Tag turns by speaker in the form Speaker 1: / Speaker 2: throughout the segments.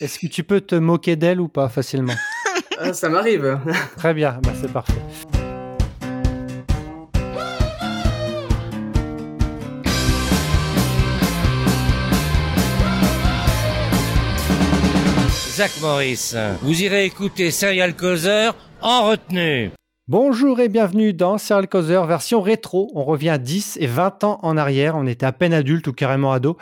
Speaker 1: Est-ce que tu peux te moquer d'elle ou pas facilement
Speaker 2: Ah, ça m'arrive.
Speaker 1: Très bien, bah, c'est parfait.
Speaker 3: Zach Morris. Vous irez écouter Serial Causeur en retenue.
Speaker 1: Bonjour et bienvenue dans Serial Causer version rétro. On revient 10 et 20 ans en arrière. On était à peine adulte ou carrément ado.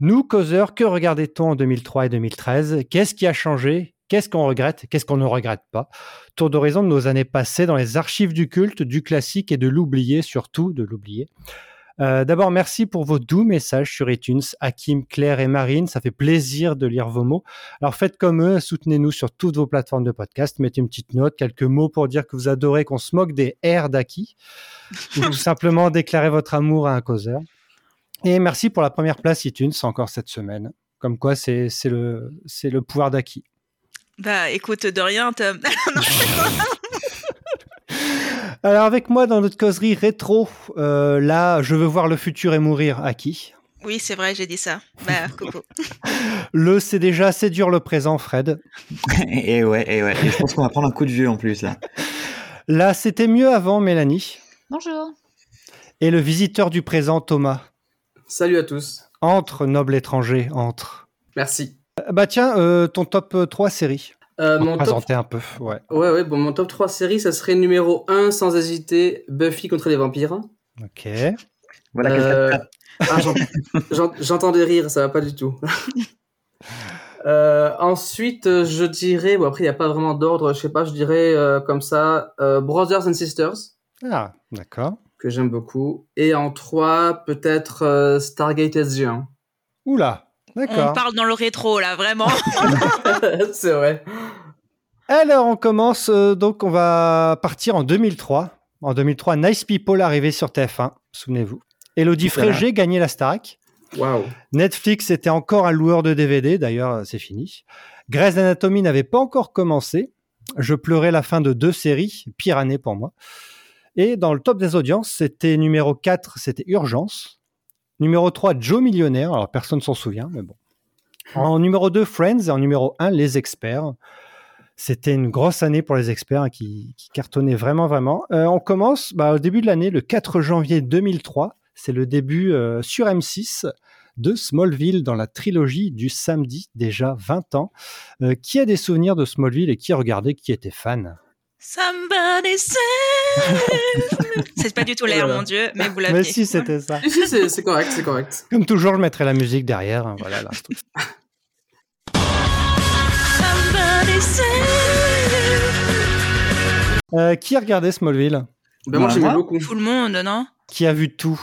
Speaker 1: Nous, causeurs, que regardait-on en 2003 et 2013 Qu'est-ce qui a changé Qu'est-ce qu'on regrette Qu'est-ce qu'on ne regrette pas Tour d'horizon de nos années passées dans les archives du culte, du classique et de l'oublié, surtout de l'oublié. Euh, D'abord, merci pour vos doux messages sur iTunes, Hakim, Claire et Marine. Ça fait plaisir de lire vos mots. Alors faites comme eux, soutenez-nous sur toutes vos plateformes de podcast. Mettez une petite note, quelques mots pour dire que vous adorez qu'on se moque des R d'Aki ou tout simplement déclarer votre amour à un causeur. Et merci pour la première place iTunes encore cette semaine. Comme quoi, c'est c'est le, c'est le pouvoir d'Aki.
Speaker 4: Bah écoute, de rien, Tom. Non,
Speaker 1: Alors avec moi dans notre causerie rétro, euh, là, je veux voir le futur et mourir Aki.
Speaker 4: oui, c'est vrai, j'ai dit ça. Bah, coucou.
Speaker 1: Le c'est déjà assez dur le présent, Fred.
Speaker 5: et ouais, et ouais. Et je pense qu'on va prendre un coup de vieux en plus là.
Speaker 1: Là, c'était mieux avant, Mélanie.
Speaker 6: Bonjour.
Speaker 1: Et le visiteur du présent, Thomas.
Speaker 2: Salut à tous.
Speaker 1: Entre, noble étranger, entre.
Speaker 2: Merci.
Speaker 1: Euh, Bah tiens, euh, ton top euh, 3 séries.
Speaker 2: Euh,
Speaker 1: Pour
Speaker 2: mon
Speaker 1: te
Speaker 2: top...
Speaker 1: présenter un peu, ouais.
Speaker 2: Ouais, ouais, bon, mon top 3 séries, ça serait numéro 1, sans hésiter, Buffy contre les vampires.
Speaker 1: Ok.
Speaker 5: Voilà
Speaker 2: Euh, ah, j'en- j'en- J'entends des rires, ça va pas du tout. Euh, ensuite, euh, je dirais, bon après il n'y a pas vraiment d'ordre, je sais pas, je dirais euh, comme ça, euh, Brothers and Sisters,
Speaker 1: Ah, d'accord.
Speaker 2: que j'aime beaucoup, et en 3, peut-être euh, Stargate SG1.
Speaker 1: Oula,
Speaker 4: On
Speaker 1: d'accord.
Speaker 4: parle dans le rétro, là, vraiment.
Speaker 2: C'est vrai.
Speaker 1: Alors, on commence. euh, donc, on va partir en 2003. En 2003, Nice People arrivé sur TF1, souvenez-vous. Elodie
Speaker 5: Voilà.
Speaker 1: Frégé gagnait la Starac.
Speaker 2: Waouh.
Speaker 1: Netflix était encore un loueur de DVD, d'ailleurs, euh, c'est fini. Grey's Anatomy n'avait pas encore commencé. Je pleurais la fin de deux séries, pire année pour moi. Et dans le top des audiences, c'était numéro 4, c'était Urgence. Numéro 3, Joe Millionnaire. Alors, personne s'en souvient, mais bon. En numéro 2, Friends. Et en numéro 1, Les Experts. C'était une grosse année pour les experts hein, qui, qui cartonnaient vraiment, vraiment. Euh, on commence bah, au début de l'année, le 4 janvier 2003. C'est le début euh, sur M6 de Smallville dans la trilogie du samedi, déjà 20 ans. Euh, qui a des souvenirs de Smallville et qui regardait, qui était fan
Speaker 4: Somebody save me. C'est pas du tout l'air,
Speaker 2: Voilà.
Speaker 4: mon Dieu, mais vous
Speaker 1: Mais
Speaker 4: l'avez.
Speaker 1: si, c'était ça.
Speaker 2: Si, si, c'est c'est correct, c'est correct.
Speaker 1: Comme toujours, je mettrai la musique derrière. hein, voilà, l'instru.
Speaker 4: Somebody save
Speaker 1: Euh, qui a regardé Smallville
Speaker 2: Ben moi
Speaker 5: Bah,
Speaker 2: j'aimais
Speaker 5: moi
Speaker 2: beaucoup.
Speaker 4: me. Tout le monde, non
Speaker 1: Qui a vu tout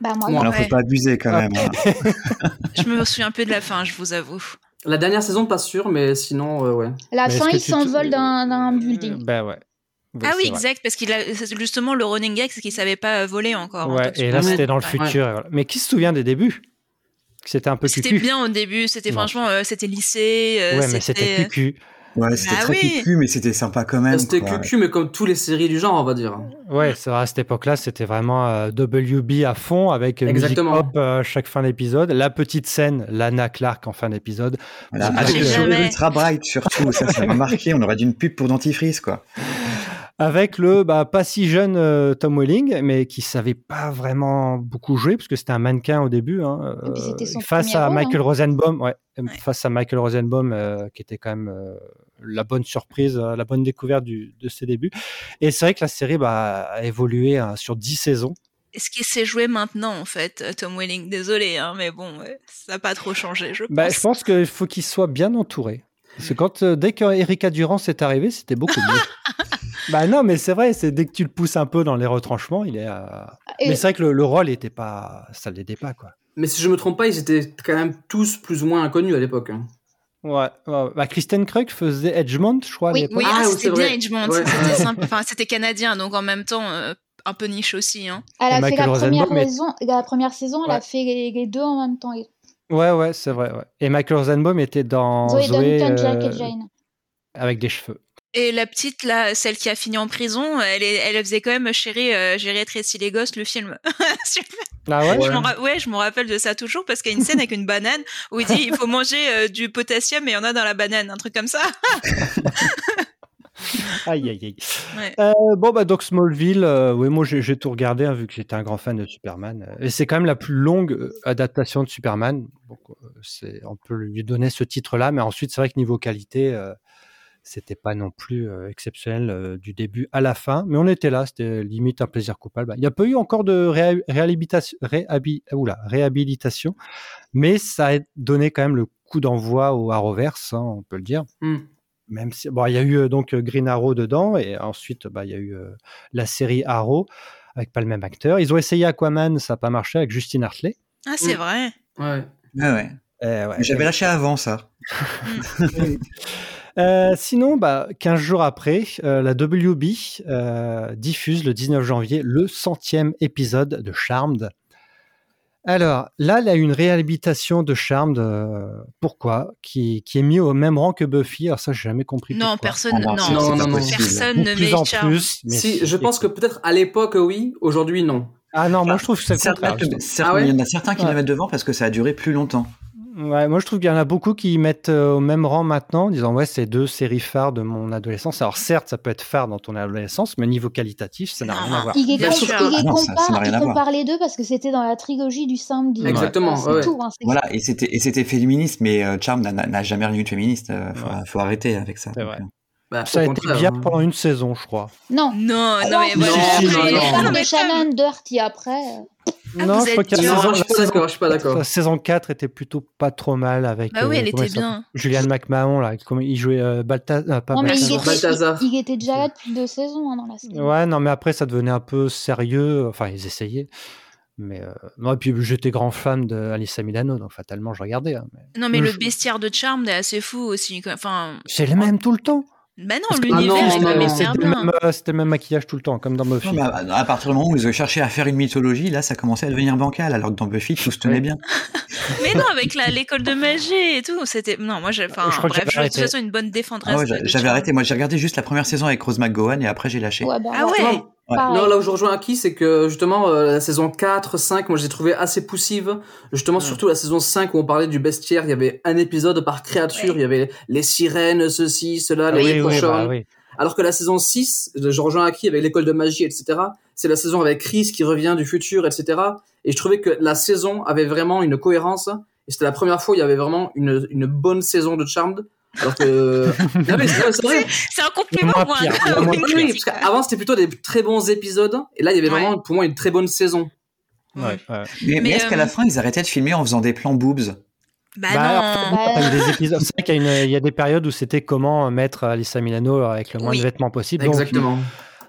Speaker 6: Bah moi,
Speaker 2: Moi.
Speaker 5: Alors
Speaker 4: ouais.
Speaker 5: faut pas abuser quand
Speaker 1: Ah.
Speaker 5: même. hein.
Speaker 4: Je me souviens un peu de la fin, je vous avoue.
Speaker 2: La dernière saison, pas sûr, mais sinon, euh, ouais.
Speaker 6: la
Speaker 1: Mais
Speaker 6: fin,
Speaker 1: est-ce
Speaker 6: ils
Speaker 1: que tu te-
Speaker 6: s'envolent d'un d'un building.
Speaker 1: Ben ouais.
Speaker 4: ah oui,
Speaker 1: c'est vrai.
Speaker 4: exact, parce qu'il a c'est justement le running gag, c'est qu'il savait pas voler encore. hein,
Speaker 1: Ouais,
Speaker 4: donc-
Speaker 1: et là,
Speaker 2: Ouais.
Speaker 1: c'était dans le
Speaker 4: Ouais.
Speaker 1: futur. et voilà. Mais qui se souvient des débuts Que C'était un peu
Speaker 4: C'était
Speaker 1: cucu.
Speaker 4: bien au début, c'était
Speaker 1: Non.
Speaker 4: franchement, euh, c'était lycée. euh,
Speaker 1: Ouais, mais c'était cucu.
Speaker 5: Ouais, c'était
Speaker 4: Bah
Speaker 5: très
Speaker 4: oui.
Speaker 5: cucu, mais c'était sympa quand même.
Speaker 2: C'était
Speaker 5: quoi.
Speaker 2: cucu, mais comme tous les séries du genre, on va dire.
Speaker 1: Ouais, c'est vrai, à cette époque-là, c'était vraiment euh, WB à fond avec euh, musique
Speaker 2: Exactement.
Speaker 1: pop euh, chaque fin d'épisode. La petite scène, Lana Clark en fin d'épisode.
Speaker 5: Voilà,
Speaker 1: Ah,
Speaker 5: avec
Speaker 1: j'ai
Speaker 5: le sourire
Speaker 4: jamais.
Speaker 5: ultra bright surtout, ça ça m'a marqué. On aurait dû une pub pour dentifrice quoi.
Speaker 1: Avec le bah, pas si jeune euh, Tom Welling, mais qui savait pas vraiment beaucoup jouer, parce que c'était un mannequin au début. hein,
Speaker 6: Et puis c'était son
Speaker 1: face
Speaker 6: premier
Speaker 1: à
Speaker 6: rôle, hein.
Speaker 1: Michael Rosenbaum, ouais, face à Michael Rosenbaum, euh, qui était quand même euh, la bonne surprise, euh, la bonne découverte du- de ses débuts. Et c'est vrai que la série bah, a évolué hein, sur 10 saisons.
Speaker 4: Ce qui s'est joué maintenant, en fait, euh, Tom Welling, désolé, hein, mais bon, ouais, ça n'a pas trop changé, je pense.
Speaker 1: Bah, je pense qu'il faut qu'il soit bien entouré. Parce que quand, euh, dès que Erika Durand s'est arrivée, c'était beaucoup mieux. bah non, mais c'est vrai, c'est dès que tu le pousses un peu dans les retranchements, il est. à-
Speaker 6: Et-
Speaker 1: Mais c'est vrai que le, le rôle était pas, ça l'aidait pas quoi.
Speaker 2: Mais si je me trompe pas, ils étaient quand même tous plus ou moins inconnus à l'époque. hein.
Speaker 1: Ouais. ouais. Bah, Kristen Krug faisait Edgemont, je crois. à
Speaker 6: Oui,
Speaker 1: l'époque.
Speaker 4: Oui,
Speaker 2: Ah,
Speaker 4: ah,
Speaker 2: oui, c'est
Speaker 4: c'était bien
Speaker 2: vrai.
Speaker 4: Edgemont.
Speaker 2: Ouais.
Speaker 4: C'était simple. Enfin, c'était canadien, donc en même temps, euh, un peu niche aussi. Hein.
Speaker 1: Et
Speaker 6: Elle a fait
Speaker 1: Michael
Speaker 6: la première,
Speaker 1: Rosenbaum est-
Speaker 6: raison- la première saison, elle
Speaker 1: Ouais.
Speaker 6: a fait les, les deux en même temps. Zoé
Speaker 1: Ouais, ouais, c'est vrai. ouais. Et Michael Rosenbaum était dans Zoé,
Speaker 6: Duncan,
Speaker 1: euh,
Speaker 6: Jack et Jane.
Speaker 1: avec des cheveux.
Speaker 4: Et la petite, là, celle qui a fini en prison, elle, est- elle faisait quand même chérie, euh, Gérer Tracy les gosses, le film.
Speaker 1: Ah ouais
Speaker 4: Je m'en ra- ouais, je me rappelle de ça toujours parce qu'il y a une scène avec une banane où il dit il faut manger euh, du potassium et il y en a dans la banane, un truc comme ça.
Speaker 1: Aïe, aïe, aïe.
Speaker 4: Ouais.
Speaker 1: Euh, bon, bah, donc Smallville, euh, oui, moi j'ai j'ai tout regardé hein, vu que j'étais un grand fan de Superman. Euh, Et c'est quand même la plus longue euh, adaptation de Superman. Donc, euh, c'est- on peut lui donner ce titre-là, mais ensuite, c'est vrai que niveau qualité, euh, c'était pas non plus euh, exceptionnel euh, du début à la fin. Mais on était là, c'était limite un plaisir coupable. Il n'y a pas eu encore de réha- réhabilitation, réhabi- oula, réhabilitation, mais ça a donné quand même le coup d'envoi au Arrowverse, hein, on peut le dire
Speaker 2: Hmm.
Speaker 1: même si bon, il y a eu euh, donc euh, Green Arrow dedans et ensuite bah, il y a eu euh, la série Arrow avec pas le même acteur. Ils ont essayé Aquaman, ça n'a pas marché avec Justine Hartley.
Speaker 4: Ah, c'est
Speaker 2: Mm.
Speaker 4: vrai.
Speaker 2: Ouais.
Speaker 5: Ouais, Ah ouais.
Speaker 1: Euh, ouais.
Speaker 5: Mais J'avais lâché avant ça.
Speaker 1: Euh, sinon, bah, 15 jours après, euh, la WB euh, diffuse le 19 janvier le centième épisode de Charmed. Alors là, il y a une réhabilitation de Charmed. euh, pourquoi qui, qui est mis au même rang que Buffy. Alors ça, j'ai jamais compris.
Speaker 4: Non,
Speaker 1: pourquoi.
Speaker 4: personne,
Speaker 5: Ah,
Speaker 4: non,
Speaker 5: bah, c'est- c'est
Speaker 2: non,
Speaker 5: pas
Speaker 2: non.
Speaker 5: possible.
Speaker 4: personne ne
Speaker 1: De plus
Speaker 4: met
Speaker 1: en
Speaker 4: Charles.
Speaker 1: plus. mais
Speaker 2: Si,
Speaker 1: c'est-
Speaker 2: je pense que peut-être à l'époque, oui. Aujourd'hui, non.
Speaker 1: Ah non, moi je trouve que c'est le contraire.
Speaker 5: Certains,
Speaker 1: justement.
Speaker 5: certains-
Speaker 2: Ah ouais
Speaker 5: il y en a certains qui
Speaker 1: Ouais.
Speaker 5: le mettent devant parce que ça a duré plus longtemps.
Speaker 1: Ouais, moi je trouve qu'il y en a beaucoup qui mettent euh, au même rang maintenant en disant ouais c'est deux séries phares de mon adolescence. Alors certes ça peut être phare dans ton adolescence mais niveau qualitatif ça n'a
Speaker 4: Non.
Speaker 1: rien à voir.
Speaker 6: Il est
Speaker 4: Bien
Speaker 6: com-
Speaker 4: sûr.
Speaker 6: il est
Speaker 5: Ah non, ça- ça n'a
Speaker 6: compare-
Speaker 5: rien
Speaker 6: il
Speaker 5: à voir.
Speaker 6: compare les deux parce que c'était dans la trilogie du samedi.
Speaker 2: Exactement,
Speaker 6: C'est
Speaker 2: ouais.
Speaker 6: tout. hein, c'est-
Speaker 5: Voilà, et c'était et c'était féministe, mais euh, Charm n'a- n'a n'a jamais rien eu de féministe. euh, faut, faut arrêter avec ça.
Speaker 1: C'est vrai.
Speaker 2: Bah, au
Speaker 1: Ça a été
Speaker 2: contraire,
Speaker 1: bien
Speaker 2: hein.
Speaker 1: pendant une saison je crois.
Speaker 6: Non.
Speaker 4: Non, Ah, non, mais
Speaker 6: Non,
Speaker 4: voilà.
Speaker 2: si, non,
Speaker 4: mais-
Speaker 2: non, non.
Speaker 4: mais
Speaker 6: mais Shannon Dirty après. euh,
Speaker 4: Ah, vous
Speaker 1: je crois
Speaker 4: êtes
Speaker 1: que la
Speaker 4: dur.
Speaker 2: Non,
Speaker 1: saison,
Speaker 2: je suis pas d'accord, je suis pas
Speaker 1: la
Speaker 2: d'accord.
Speaker 1: saison 4 était plutôt pas trop mal avec
Speaker 4: Bah oui,
Speaker 1: euh,
Speaker 4: elle
Speaker 1: comment il
Speaker 4: était
Speaker 1: s'appelle
Speaker 4: bien.
Speaker 1: Julianne McMahon là, comment il jouait euh, Balta- euh, pas
Speaker 6: non, mais il
Speaker 1: Balthazar.
Speaker 6: était,
Speaker 2: Balthazar.
Speaker 6: il, il était déjà là depuis deux saisons hein, dans la série.
Speaker 1: Ouais, non, mais après, ça devenait un peu sérieux. Enfin, ils essayaient. Mais euh, non, et puis j'étais grand fan de Alyssa Milano, donc fatalement, je regardais. hein, mais-
Speaker 4: Non, mais
Speaker 1: Le
Speaker 4: le
Speaker 1: jeu.
Speaker 4: bestiaire de Charmed est assez fou aussi. quoi. Enfin,
Speaker 1: C'est les mêmes tout le temps.
Speaker 4: bah non,
Speaker 1: Parce que-
Speaker 4: l'univers,
Speaker 2: Ah non,
Speaker 4: je le
Speaker 2: non,
Speaker 4: mets
Speaker 2: non,
Speaker 4: super
Speaker 1: C'était le,
Speaker 4: bien.
Speaker 1: même, euh, c'était le même maquillage tout le temps, comme dans Buffy.
Speaker 5: euh, Non, mais à, à partir du moment où ils ont cherché à faire une mythologie, là, ça commençait à devenir bancal, alors que dans Buffy, tout se tenait
Speaker 1: Ouais.
Speaker 5: bien.
Speaker 4: Mais non, avec la- l'école de magie et tout, c'était. Non, moi, j'ai. Enfin,
Speaker 1: Je crois que
Speaker 4: bref,
Speaker 1: j'avais
Speaker 4: je suis de toute
Speaker 1: arrêté.
Speaker 4: façon une bonne
Speaker 5: Ah
Speaker 4: défendresse.
Speaker 5: ouais,
Speaker 4: de-
Speaker 5: j'a-
Speaker 4: de
Speaker 5: j'avais
Speaker 4: Charmed.
Speaker 5: arrête, et moi j'ai regardé juste la première saison avec Rose McGowan et après j'ai lâché.
Speaker 6: Ouais, bah,
Speaker 4: Ah ouais.
Speaker 2: Non,
Speaker 6: pareil.
Speaker 2: Non, là où je rejoins Aki, c'est que justement euh, la saison 4, 5, moi je l'ai trouvé assez poussive.
Speaker 1: Mm.
Speaker 2: Justement, surtout la saison 5 où on parlait du bestiaire, il y avait un épisode par créature,
Speaker 4: Ouais.
Speaker 2: il y avait les sirènes, ceci, cela,
Speaker 1: Ah
Speaker 2: les
Speaker 1: oui, oui,
Speaker 2: cochons.
Speaker 1: bah oui.
Speaker 2: Alors que la saison 6, je rejoins Aki avec l'école de magie, etc. C'est la saison avec Chris qui revient du futur, etc. Et je trouvais que la saison avait vraiment une cohérence. Et c'était la première fois où il y avait vraiment une, une bonne saison de Charmed. Alors que. non, mais c'est c'est vrai.
Speaker 4: C'est un compliment
Speaker 1: Moins
Speaker 4: ou un-
Speaker 1: pire,
Speaker 4: ou
Speaker 1: moins
Speaker 4: une
Speaker 1: pire.
Speaker 2: Oui, oui, parce
Speaker 4: critique
Speaker 2: qu'avant c'était plutôt des très bons épisodes. Et là, il y avait vraiment pour moi une très bonne saison.
Speaker 1: Ouais,
Speaker 4: Ouais.
Speaker 1: ouais. Bah,
Speaker 5: Mais, mais
Speaker 4: Mais,
Speaker 5: est-ce
Speaker 4: euh,
Speaker 5: qu'à la fin, ils arrêtaient de filmer en faisant des plans boobs
Speaker 4: Bah,
Speaker 1: en
Speaker 4: non.
Speaker 1: fait, t'as eu euh, des épisodes. C'est vrai qu'il y, a une- il y a des périodes où c'était comment euh, mettre Alyssa Milano avec le moins
Speaker 4: Oui.
Speaker 1: de vêtements possible. Donc,
Speaker 2: Exactement.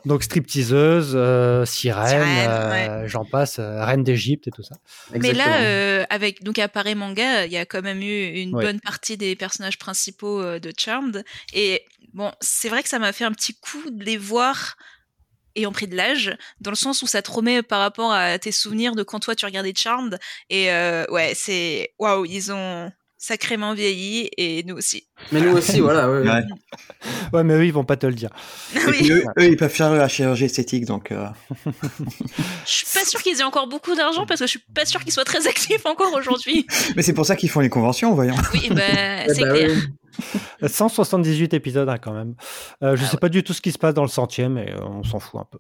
Speaker 1: donc stripteaseuse, euh, sirène,
Speaker 4: Sirène,
Speaker 1: euh, j'en passe, euh, reine d'Égypte et tout ça.
Speaker 4: Mais là,
Speaker 2: Exactement.
Speaker 4: euh, avec donc à Paris Manga, il y a quand même eu une
Speaker 1: Ouais.
Speaker 4: bonne partie des personnages principaux euh, de Charmed. Et bon, c'est vrai que ça m'a fait un petit coup de les voir ayant pris de l'âge, dans le sens où ça te remet par rapport à tes souvenirs de quand toi tu regardais Charmed. Et euh, ouais, c'est waouh, ils ont sacrément vieilli et nous aussi.
Speaker 2: Mais nous aussi, voilà. ouais.
Speaker 5: Ouais.
Speaker 1: Ouais, mais eux, ils vont pas te le dire.
Speaker 5: Et puis
Speaker 4: oui.
Speaker 5: eux, eux, ils peuvent faire la chirurgie esthétique, donc. euh,
Speaker 4: Je suis pas sûre qu'ils aient encore beaucoup d'argent parce que je suis pas sûre qu'ils soient très actifs encore aujourd'hui.
Speaker 5: Mais c'est pour ça qu'ils font les conventions, voyons.
Speaker 4: Oui, bah,
Speaker 2: Eh
Speaker 4: c'est
Speaker 2: ben
Speaker 4: clair.
Speaker 2: oui.
Speaker 1: 178 Euh, épisodes hein, quand même. Euh, je
Speaker 4: Ah
Speaker 1: sais pas du tout ce qui se passe dans le centième, mais euh, on s'en fout un peu.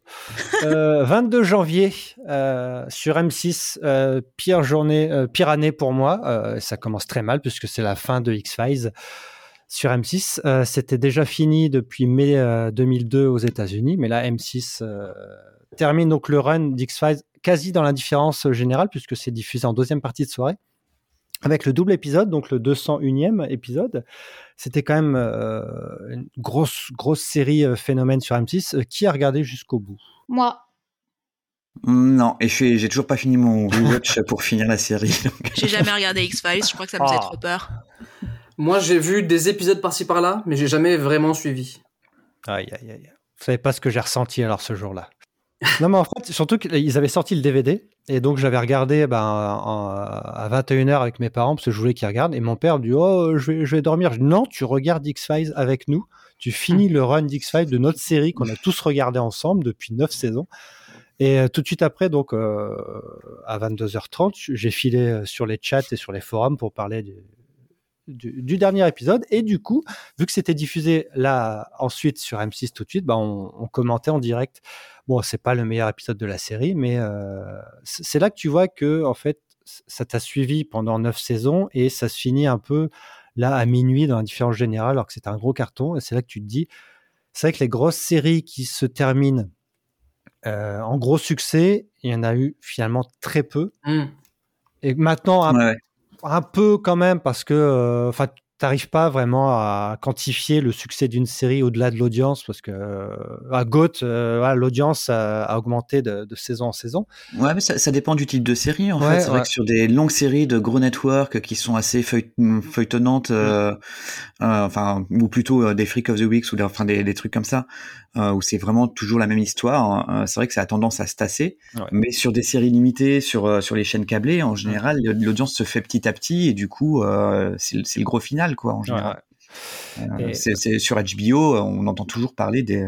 Speaker 1: Euh, 22 janvier euh, sur M6, euh, pire journée, euh, pire année pour moi. Euh, ça commence très mal puisque c'est la fin de X Files sur M6. Euh, C'était déjà fini depuis mai euh, 2002 aux États-Unis, mais là M6 euh, termine donc le run d'X Files quasi dans l'indifférence générale puisque c'est diffusé en deuxième partie de soirée. Avec le double épisode, donc le 201e épisode, c'était quand même euh, une grosse, grosse série euh, phénomène sur M6. Euh, qui a regardé jusqu'au bout
Speaker 6: Moi,
Speaker 5: Mm, Non, et je suis- j'ai toujours pas fini mon rewatch pour finir la série. donc.
Speaker 4: J'ai jamais regardé X-Files, je crois que ça me faisait
Speaker 1: Ah.
Speaker 4: trop peur.
Speaker 2: Moi, j'ai vu des épisodes par-ci par-là, mais j'ai jamais vraiment suivi.
Speaker 1: Aïe, aïe, aïe. Vous savez pas ce que j'ai ressenti alors ce jour-là. non, mais en fait, surtout qu'ils avaient sorti le DVD Et donc, j'avais regardé ben, en- à 21h avec mes parents, parce que je voulais qu'ils regardent. Et mon père dit Oh, je vais, je vais dormir. Je dis, non, tu regardes X-Files avec nous. Tu finis le run d'X-Files de notre série qu'on a tous regardé ensemble depuis 9 saisons. Et euh, tout de suite après, donc euh, à 22h30, j'ai filé euh, sur les chats et sur les forums pour parler du, du- du dernier épisode. Et du coup, vu que c'était diffusé là ensuite sur M6 tout de suite, bah, on, on commentait en direct. Bon, c'est pas le meilleur épisode de la série, mais euh, c- c'est là que tu vois que en fait, c- ça t'a suivi pendant neuf saisons et ça se finit un peu là à minuit dans la différence générale, alors que c'était un gros carton. Et c'est là que tu te dis, c'est vrai que les grosses séries qui se terminent euh, en gros succès, il y en a eu finalement très peu.
Speaker 2: Hmm.
Speaker 1: Et maintenant, un
Speaker 5: Ouais, ouais.
Speaker 1: un peu quand même parce que euh, enfin t'arrives pas vraiment à quantifier le succès d'une série au-delà de l'audience parce que euh, à Goat euh, voilà, l'audience a, a augmenté de, de saison en saison
Speaker 5: Ouais, mais ça, ça dépend du type de série en
Speaker 1: Ouais,
Speaker 5: fait. C'est vrai
Speaker 1: ouais.
Speaker 5: que sur des longues séries de gros networks qui sont assez feuille- mm, feuilletonnantes, euh, euh, enfin ou plutôt euh, des Freak of the Weeks ou des, enfin des, des trucs comme ça, euh, où c'est vraiment toujours la même histoire. hein, euh, c'est vrai que ça a tendance à se tasser,
Speaker 1: Ouais.
Speaker 5: mais sur des séries limitées, sur euh, sur les chaînes câblées, en général, l'audience se fait petit à petit et du coup, euh, c'est le- c'est le gros final quoi en général.
Speaker 1: Et-
Speaker 5: C'est- c'est- sur HBO, euh, on entend toujours parler des,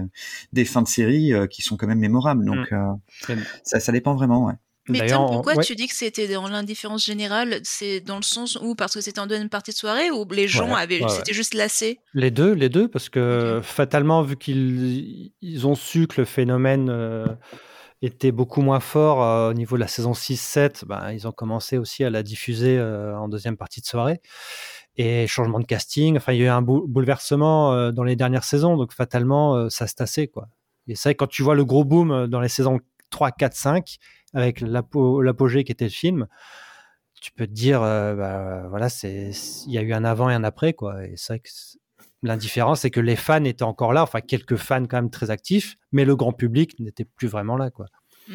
Speaker 5: des fins de série euh, qui sont quand même mémorables. Donc euh,
Speaker 1: Mm.
Speaker 5: ça, ça dépend vraiment. Ouais.
Speaker 4: Mais Tom,
Speaker 1: D'ailleurs, on-
Speaker 4: pourquoi
Speaker 1: ouais.
Speaker 4: tu dis que c'était dans l'indifférence générale C'est dans le sens où, parce que c'était en une partie de soirée, ou les gens
Speaker 1: Ouais,
Speaker 4: avaient,
Speaker 1: ouais,
Speaker 4: c'était juste lassé
Speaker 1: les deux les deux parce que fatalement vu qu'ils ils ont su que le phénomène euh, était beaucoup moins fort euh, au niveau de la saison 6-7 ben, ils ont commencé aussi à la diffuser euh, en deuxième partie de soirée et changement de casting. Enfin, il y a eu un bou- bouleversement euh, dans les dernières saisons, donc fatalement, euh, ça se tassait. Quoi. Et c'est vrai que quand tu vois le gros boom euh, dans les saisons 3, 4, 5, avec l'apo- l'apogée qui était le film, tu peux te dire, euh, bah, voilà, c'est c'est- il y a eu un avant et un après. Quoi. Et c'est vrai que c'est- l'indifférence, c'est que les fans étaient encore là, enfin, quelques fans quand même très actifs, mais le grand public n'était plus vraiment là. Quoi.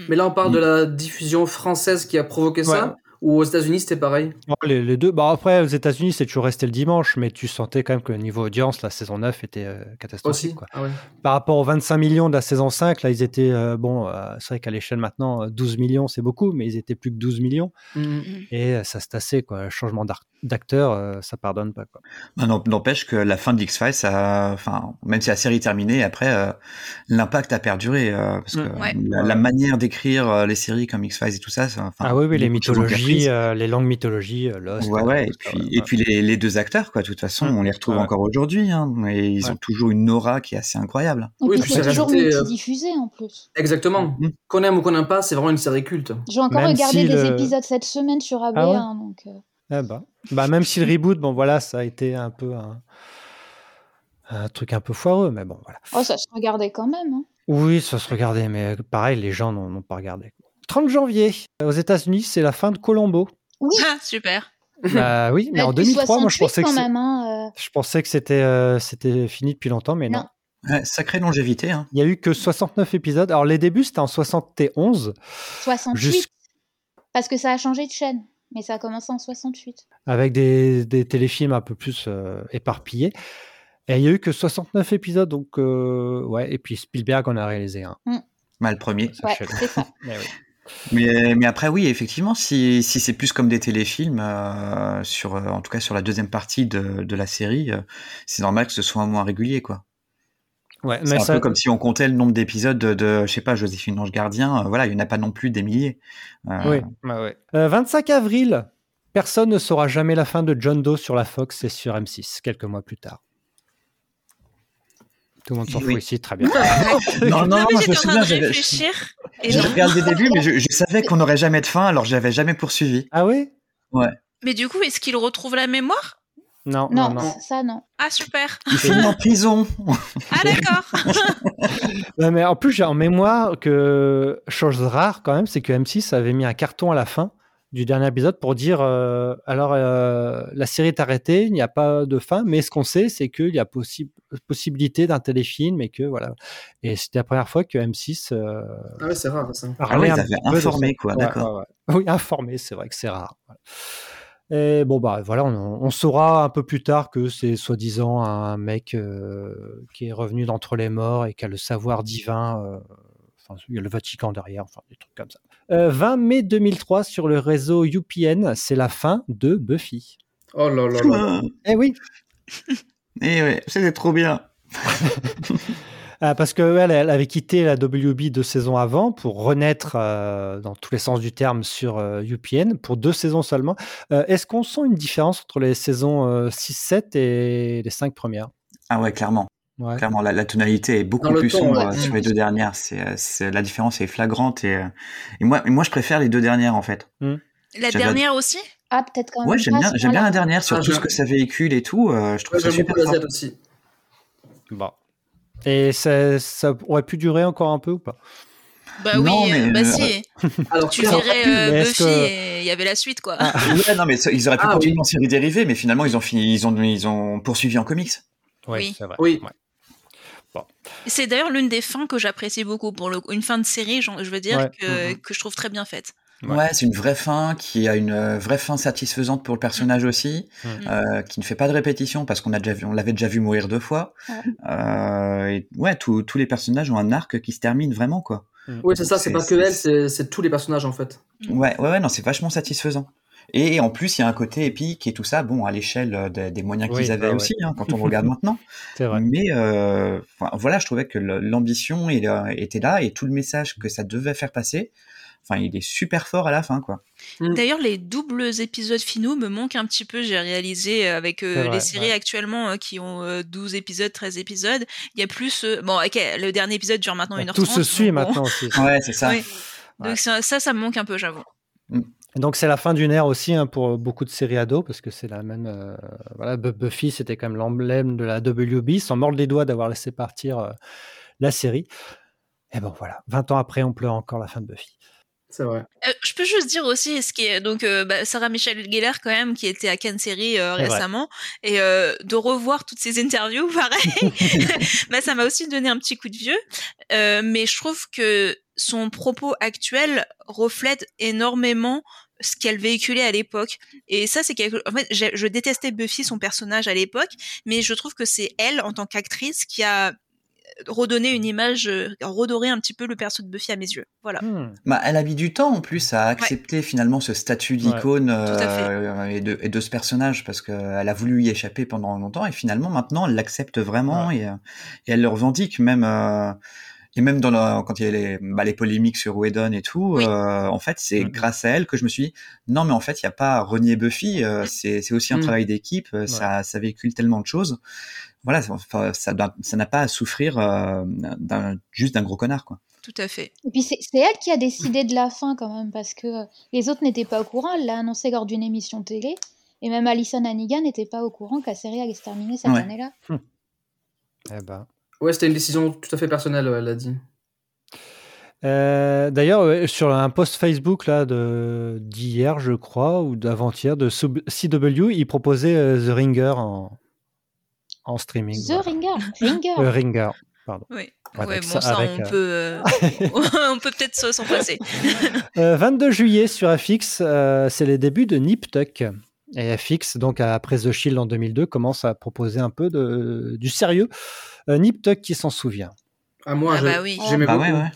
Speaker 2: Mais là, on parle
Speaker 5: Mm.
Speaker 2: de la diffusion française qui a provoqué ça, ou aux États-Unis, c'était pareil.
Speaker 1: Oh, Les, les deux. Bah, après, aux États-Unis, c'est toujours resté le dimanche, mais tu sentais quand même que niveau audience, la saison 9 était euh, catastrophique.
Speaker 2: Aussi.
Speaker 1: quoi.
Speaker 2: Ah ouais.
Speaker 1: par rapport aux 25 millions de la saison 5, là, ils étaient, euh, bon, euh, c'est vrai qu'à l'échelle maintenant, euh, 12 millions, c'est beaucoup, mais ils étaient plus que 12 millions.
Speaker 2: Mm.
Speaker 1: Et euh, ça se tassait, quoi. Changement d'ar- d'acteur, euh, ça pardonne pas, quoi.
Speaker 5: Bah, n'em- N'empêche que la fin de X-Files, ça- enfin, même si la série est terminée, après, euh, l'impact a perduré. euh, parce que
Speaker 1: Mm.
Speaker 4: Ouais.
Speaker 5: la, la manière d'écrire euh, les séries comme X-Files et tout ça, ça- enfin,
Speaker 1: ah oui, oui, les
Speaker 5: beaucoup de choses ont été
Speaker 1: mythologies,
Speaker 5: reprises.
Speaker 1: euh, les langues mythologies, euh, Lost.
Speaker 5: Ouais,
Speaker 1: euh,
Speaker 5: ouais, et
Speaker 1: tout ça,
Speaker 5: puis,
Speaker 1: ouais.
Speaker 5: et puis les, les deux acteurs, quoi, de toute façon,
Speaker 1: Mm.
Speaker 5: on les retrouve
Speaker 1: Ouais.
Speaker 5: encore aujourd'hui, hein, et ils
Speaker 1: Ouais.
Speaker 5: ont toujours une aura qui est assez incroyable.
Speaker 6: Et
Speaker 2: Oui,
Speaker 6: puis
Speaker 2: puis
Speaker 6: c'est
Speaker 2: c'est
Speaker 6: toujours
Speaker 2: rajouté, euh,
Speaker 6: multidiffusé en plus.
Speaker 2: Exactement.
Speaker 5: Mm.
Speaker 2: Qu'on aime ou qu'on n'aime pas, c'est vraiment une série culte.
Speaker 6: J'ai encore
Speaker 1: Même
Speaker 6: regardé
Speaker 1: si
Speaker 6: des
Speaker 1: le-
Speaker 6: épisodes cette semaine sur AB1.
Speaker 1: ouais
Speaker 6: donc, euh,
Speaker 1: Ah bah. Bah, même si le reboot, bon, voilà, ça a été un peu un, un truc un peu foireux, mais bon, voilà.
Speaker 6: oh, ça se regardait quand même. hein.
Speaker 1: Oui, ça se regardait, mais euh, pareil, les gens n'ont n'ont pas regardé. 30 janvier, euh, aux États-Unis, c'est la fin de Colombo.
Speaker 4: Ah, super.
Speaker 1: Bah oui, mais
Speaker 6: Bah,
Speaker 1: en
Speaker 6: depuis
Speaker 1: 2003, moi, je
Speaker 6: 68
Speaker 1: pensais que
Speaker 6: quand
Speaker 1: c'est-
Speaker 6: même. hein, euh,
Speaker 1: Je pensais que c'était euh, c'était fini depuis longtemps, mais non.
Speaker 6: Non.
Speaker 5: Ouais, sacrée longévité, hein.
Speaker 1: Il n'y a eu que 69 épisodes. Alors, les débuts, c'était en 71,
Speaker 6: 68.
Speaker 1: Jusqu'-
Speaker 6: Parce que ça a changé de chaîne. Mais ça a commencé en 68.
Speaker 1: avec des, des téléfilms un peu plus euh, éparpillés. Et il n'y a eu que 69 épisodes, donc euh, ouais. Et puis Spielberg en a réalisé un.
Speaker 5: Bah, le premier.
Speaker 6: Ouais,
Speaker 1: Sachez-le.
Speaker 6: c'est ça.
Speaker 1: Mais oui.
Speaker 5: Mais, mais après, oui, effectivement, si, si c'est plus comme des téléfilms, euh, sur, euh, en tout cas sur la deuxième partie de, de la série, euh, c'est normal que ce soit moins régulier, quoi.
Speaker 1: Ouais,
Speaker 5: C'est
Speaker 1: mais
Speaker 5: un
Speaker 1: ça,
Speaker 5: peu comme si on comptait le nombre d'épisodes de, de, je sais pas, Joséphine Ange Gardien, euh, voilà, il n'y en a pas non plus des milliers. Euh,
Speaker 1: oui, bah ouais. Euh, 25 avril, personne ne saura jamais la fin de John Doe sur la Fox et sur M6, quelques mois plus tard. Tout le monde s'en
Speaker 5: Oui.
Speaker 1: fout ici, très bien. Oh
Speaker 5: Non, non, non,
Speaker 4: mais
Speaker 5: je me
Speaker 4: j'étais en train
Speaker 5: souviens,
Speaker 4: de
Speaker 5: j'avais-
Speaker 4: réfléchir. Et
Speaker 5: J'ai
Speaker 4: non.
Speaker 5: regardé le début, mais je, je savais qu'on n'aurait jamais de fin, alors j'avais jamais poursuivi.
Speaker 1: Ah oui
Speaker 4: Mais du coup, est-ce qu'il retrouve la mémoire
Speaker 1: non,
Speaker 6: Non,
Speaker 1: non, non.
Speaker 6: ça non.
Speaker 4: Ah, super.
Speaker 5: Il finit en prison.
Speaker 4: Ah, d'accord.
Speaker 1: Ouais, mais en plus, j'ai en mémoire que, chose rare quand même, c'est que M6 avait mis un carton à la fin du dernier épisode pour dire euh, alors euh, la série est arrêtée, il n'y a pas de fin, mais ce qu'on sait, c'est qu'il y a possi- possibilité d'un téléfilm et que voilà. Et c'était la première fois que M6 euh,
Speaker 2: Ah ouais, c'est rare ça.
Speaker 5: Ah
Speaker 1: parlait
Speaker 5: ouais, ils
Speaker 1: un
Speaker 5: avaient
Speaker 1: peu de ça.
Speaker 5: informé, quoi,
Speaker 1: Ouais,
Speaker 5: d'accord.
Speaker 1: ouais, ouais. Oui, informé, c'est vrai que c'est rare. Voilà. Et bon, bah voilà, on, on saura un peu plus tard que c'est soi-disant un mec euh, qui est revenu d'entre les morts et qui a le savoir divin. euh, enfin, il y a le Vatican derrière, enfin, des trucs comme ça. Euh, 20 mai 2003 sur le réseau UPN, c'est la fin de Buffy.
Speaker 2: Oh là là là.
Speaker 1: Eh oui,
Speaker 5: Et ouais, c'était trop bien.
Speaker 1: Ah, parce que elle, elle avait quitté la WB deux saisons avant pour renaître euh, dans tous les sens du terme sur euh, UPN pour deux saisons seulement. Euh, Est-ce qu'on sent une différence entre les saisons euh, 6-7 et les cinq premières
Speaker 5: Ah ouais, clairement.
Speaker 1: Ouais.
Speaker 5: Clairement, la, la tonalité est beaucoup
Speaker 2: Dans le
Speaker 5: plus
Speaker 2: ton,
Speaker 5: sombre
Speaker 2: ouais. Mm.
Speaker 5: euh, sur les deux dernières. C'est, euh, c'est- la différence est flagrante et, euh, et moi, et moi, je préfère les deux dernières en fait.
Speaker 4: La
Speaker 5: J'avais-
Speaker 4: dernière aussi
Speaker 6: Ah, peut-être quand même.
Speaker 5: Ouais, j'aime
Speaker 6: pas,
Speaker 5: bien,
Speaker 6: c'est
Speaker 5: j'aime
Speaker 6: pas
Speaker 5: bien
Speaker 6: là.
Speaker 5: la dernière sur
Speaker 2: Ah,
Speaker 5: tout
Speaker 2: je-
Speaker 5: ce que ça véhicule et tout. euh, je trouve
Speaker 2: Ouais,
Speaker 5: ça
Speaker 2: J'aime
Speaker 5: super
Speaker 2: beaucoup la
Speaker 5: fort.
Speaker 2: Z aussi.
Speaker 1: Bon. Et ça, ça aurait pu durer encore un peu ou pas
Speaker 4: Bah
Speaker 5: Non,
Speaker 4: oui,
Speaker 5: mais,
Speaker 4: euh, bah
Speaker 5: euh,
Speaker 4: si.
Speaker 2: Alors,
Speaker 4: Tu
Speaker 2: ça-
Speaker 4: dirais
Speaker 1: pu,
Speaker 4: euh,
Speaker 1: ah, mais est-ce
Speaker 4: Buffy
Speaker 1: que- Ah.
Speaker 4: et il y avait la suite, quoi.
Speaker 5: Ouais, non, mais ça, ils auraient pu
Speaker 2: Ah,
Speaker 5: continuer en série dérivée, mais finalement, ils ont fini, ils ont, ils ont poursuivi en comics.
Speaker 1: Ouais,
Speaker 4: Oui.
Speaker 1: c'est vrai.
Speaker 2: Oui.
Speaker 1: Ouais.
Speaker 4: C'est d'ailleurs l'une des fins que j'apprécie beaucoup pour le coup. Une fin de série, genre, je veux dire,
Speaker 1: Ouais. Mm,
Speaker 4: que, que je trouve très bien faite.
Speaker 1: Ouais.
Speaker 5: Ouais, c'est une vraie fin qui a une euh, vraie fin satisfaisante pour le personnage aussi,
Speaker 1: Mm.
Speaker 5: euh, qui ne fait pas de répétition parce qu'on a déjà vu, on l'avait déjà vu mourir deux fois.
Speaker 6: Ouais.
Speaker 5: Euh, et ouais, tous- tous les personnages ont un arc qui se termine vraiment quoi.
Speaker 2: Oui, c'est ça, c'est
Speaker 5: C'est-
Speaker 2: pas que
Speaker 5: c'est-
Speaker 2: elle, c'est c'est tous les personnages en fait.
Speaker 5: Ouais, ouais, ouais, non, c'est vachement satisfaisant. Et en plus, il y a un côté épique et tout ça, bon, à l'échelle euh, des, des moyens
Speaker 1: Oui,
Speaker 5: qu'ils avaient
Speaker 1: bah ouais.
Speaker 5: aussi, hein, quand on le regarde maintenant.
Speaker 1: C'est vrai.
Speaker 5: Mais euh, enfin, voilà, je trouvais que le- l'ambition il, euh, était là et tout le message que ça devait faire passer, enfin, il est super fort à la fin, quoi.
Speaker 2: Mm.
Speaker 4: D'ailleurs, les doubles épisodes finaux me manquent un petit peu. J'ai réalisé euh, avec euh,
Speaker 1: C'est vrai,
Speaker 4: les séries
Speaker 1: ouais.
Speaker 4: actuellement euh, qui ont euh, 12 épisodes, 13 épisodes. Il y a plus. euh, Bon, ok, le dernier épisode dure maintenant 1h30.
Speaker 1: Tout se suit
Speaker 4: donc bon.
Speaker 1: maintenant aussi.
Speaker 5: Ouais, c'est ça.
Speaker 4: Oui.
Speaker 1: Ouais.
Speaker 4: Donc ça, ça, ça me manque un peu, j'avoue.
Speaker 1: Donc c'est la fin d'une ère aussi hein, pour beaucoup de séries ados parce que c'est la même. euh, voilà, Bu- Buffy c'était quand même l'emblème de la WB, sans mordre les doigts d'avoir laissé partir euh, la série. Et bon voilà, 20 ans après on pleure encore la fin de Buffy.
Speaker 2: C'est vrai.
Speaker 4: Euh, je peux juste dire aussi ce qui est donc euh, bah, Sarah Michelle Gellar quand même qui était à Cannes Série euh,
Speaker 1: C'est vrai.
Speaker 4: récemment et euh, de revoir toutes ces interviews pareil bah, ça m'a aussi donné un petit coup de vieux Euh, mais je trouve que son propos actuel reflète énormément ce qu'elle véhiculait à l'époque et ça c'est quelque en fait j'ai- je détestais Buffy son personnage à l'époque mais je trouve que c'est elle en tant qu'actrice qui a redonné une image euh, redoré un petit peu le perso de Buffy à mes yeux voilà
Speaker 1: Hmm.
Speaker 5: Bah, elle a mis du temps en plus à accepter finalement ce statut d'icône
Speaker 4: Tout à fait.
Speaker 5: euh, et, de, et de ce personnage parce qu'elle a voulu y échapper pendant longtemps et finalement maintenant elle l'accepte vraiment et, euh, et elle le revendique même euh, et même dans la- quand il y a les, bah, les polémiques sur Whedon et tout
Speaker 4: Oui.
Speaker 5: euh, en fait c'est
Speaker 1: Mhm.
Speaker 5: grâce à elle que je me suis dit non mais en fait il n'y a pas à renier Buffy euh, c'est c'est aussi un
Speaker 4: Mm.
Speaker 2: Mhm.
Speaker 5: travail d'équipe euh, ça, ça véhicule tellement de choses voilà enfin, ça doit- ça n'a pas à souffrir euh, d'un- juste d'un gros connard quoi
Speaker 4: tout à fait
Speaker 6: Et puis c'est c'est elle qui a décidé de la fin quand même, parce que euh, les autres n'étaient pas au courant. Elle l'a annoncé lors d'une émission télé. Et même Alison Hannigan n'était pas au courant que la série allait se terminer cette
Speaker 5: Ouais.
Speaker 6: année-là.
Speaker 1: Eh ben.
Speaker 2: Ouais, c'était une décision tout à fait personnelle, ouais, elle a dit.
Speaker 1: Euh, D'ailleurs, euh, sur un post Facebook là de d'hier, je crois, ou d'avant-hier, de Sub- CW, il proposait euh, The Ringer en, en streaming.
Speaker 6: The
Speaker 1: voilà.
Speaker 6: Ringer, Ringer.
Speaker 1: The Ringer.
Speaker 4: Oui,
Speaker 1: Avec
Speaker 4: Ouais,
Speaker 1: ça-
Speaker 4: bon, ça,
Speaker 1: avec,
Speaker 4: on,
Speaker 1: euh,
Speaker 4: peut, euh, on peut peut-être se- s'en passer.
Speaker 1: Euh, 22 juillet sur FX, euh, c'est les débuts de Nip Tuck. Et FX, donc après The Shield en 2002, commence à proposer un peu de, du sérieux. Euh, Nip Tuck qui s'en souvient.
Speaker 2: À moi,
Speaker 4: Ah
Speaker 2: j'ai-
Speaker 4: bah oui.
Speaker 2: j'aimais
Speaker 5: bah
Speaker 2: beaucoup.
Speaker 5: ouais ouais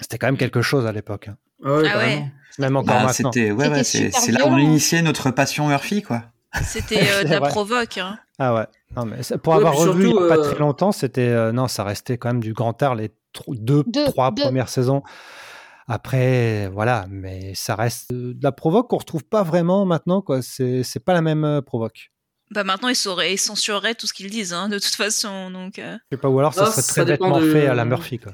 Speaker 1: C'était quand même quelque chose à l'époque. hein.
Speaker 2: Ah ouais,
Speaker 4: Ah
Speaker 2: carrément.
Speaker 4: ouais.
Speaker 1: Même encore
Speaker 5: Bah,
Speaker 1: maintenant.
Speaker 5: c'était ouais, ouais,
Speaker 6: C'était
Speaker 5: c'est
Speaker 6: super
Speaker 5: c'est là où on
Speaker 6: violent.
Speaker 5: initiait notre passion Murphy quoi.
Speaker 4: C'était euh, de la
Speaker 1: vrai.
Speaker 4: provoque. hein.
Speaker 1: Ah ouais. Non, mais c'est- pour
Speaker 2: Ouais,
Speaker 1: avoir
Speaker 2: puis
Speaker 1: revu il y a
Speaker 2: surtout,
Speaker 1: pas
Speaker 2: euh,
Speaker 1: très longtemps, c'était euh, non, ça restait quand même du grand art les tro- deux,
Speaker 6: Deux,
Speaker 1: trois
Speaker 6: deux.
Speaker 1: premières saisons. Après, voilà, mais ça reste euh, de la provoque qu'on retrouve pas vraiment maintenant. quoi. C'est c'est pas la même euh, provoque.
Speaker 4: Bah maintenant, ils, sauraient, ils censureraient tout ce qu'ils disent, hein, de toute façon. Donc, euh,
Speaker 1: Je sais pas, ou alors ça
Speaker 2: Ah,
Speaker 1: serait
Speaker 2: ça
Speaker 1: très
Speaker 2: dépend
Speaker 1: bêtement
Speaker 2: de-
Speaker 1: fait à la Murphy. Quoi.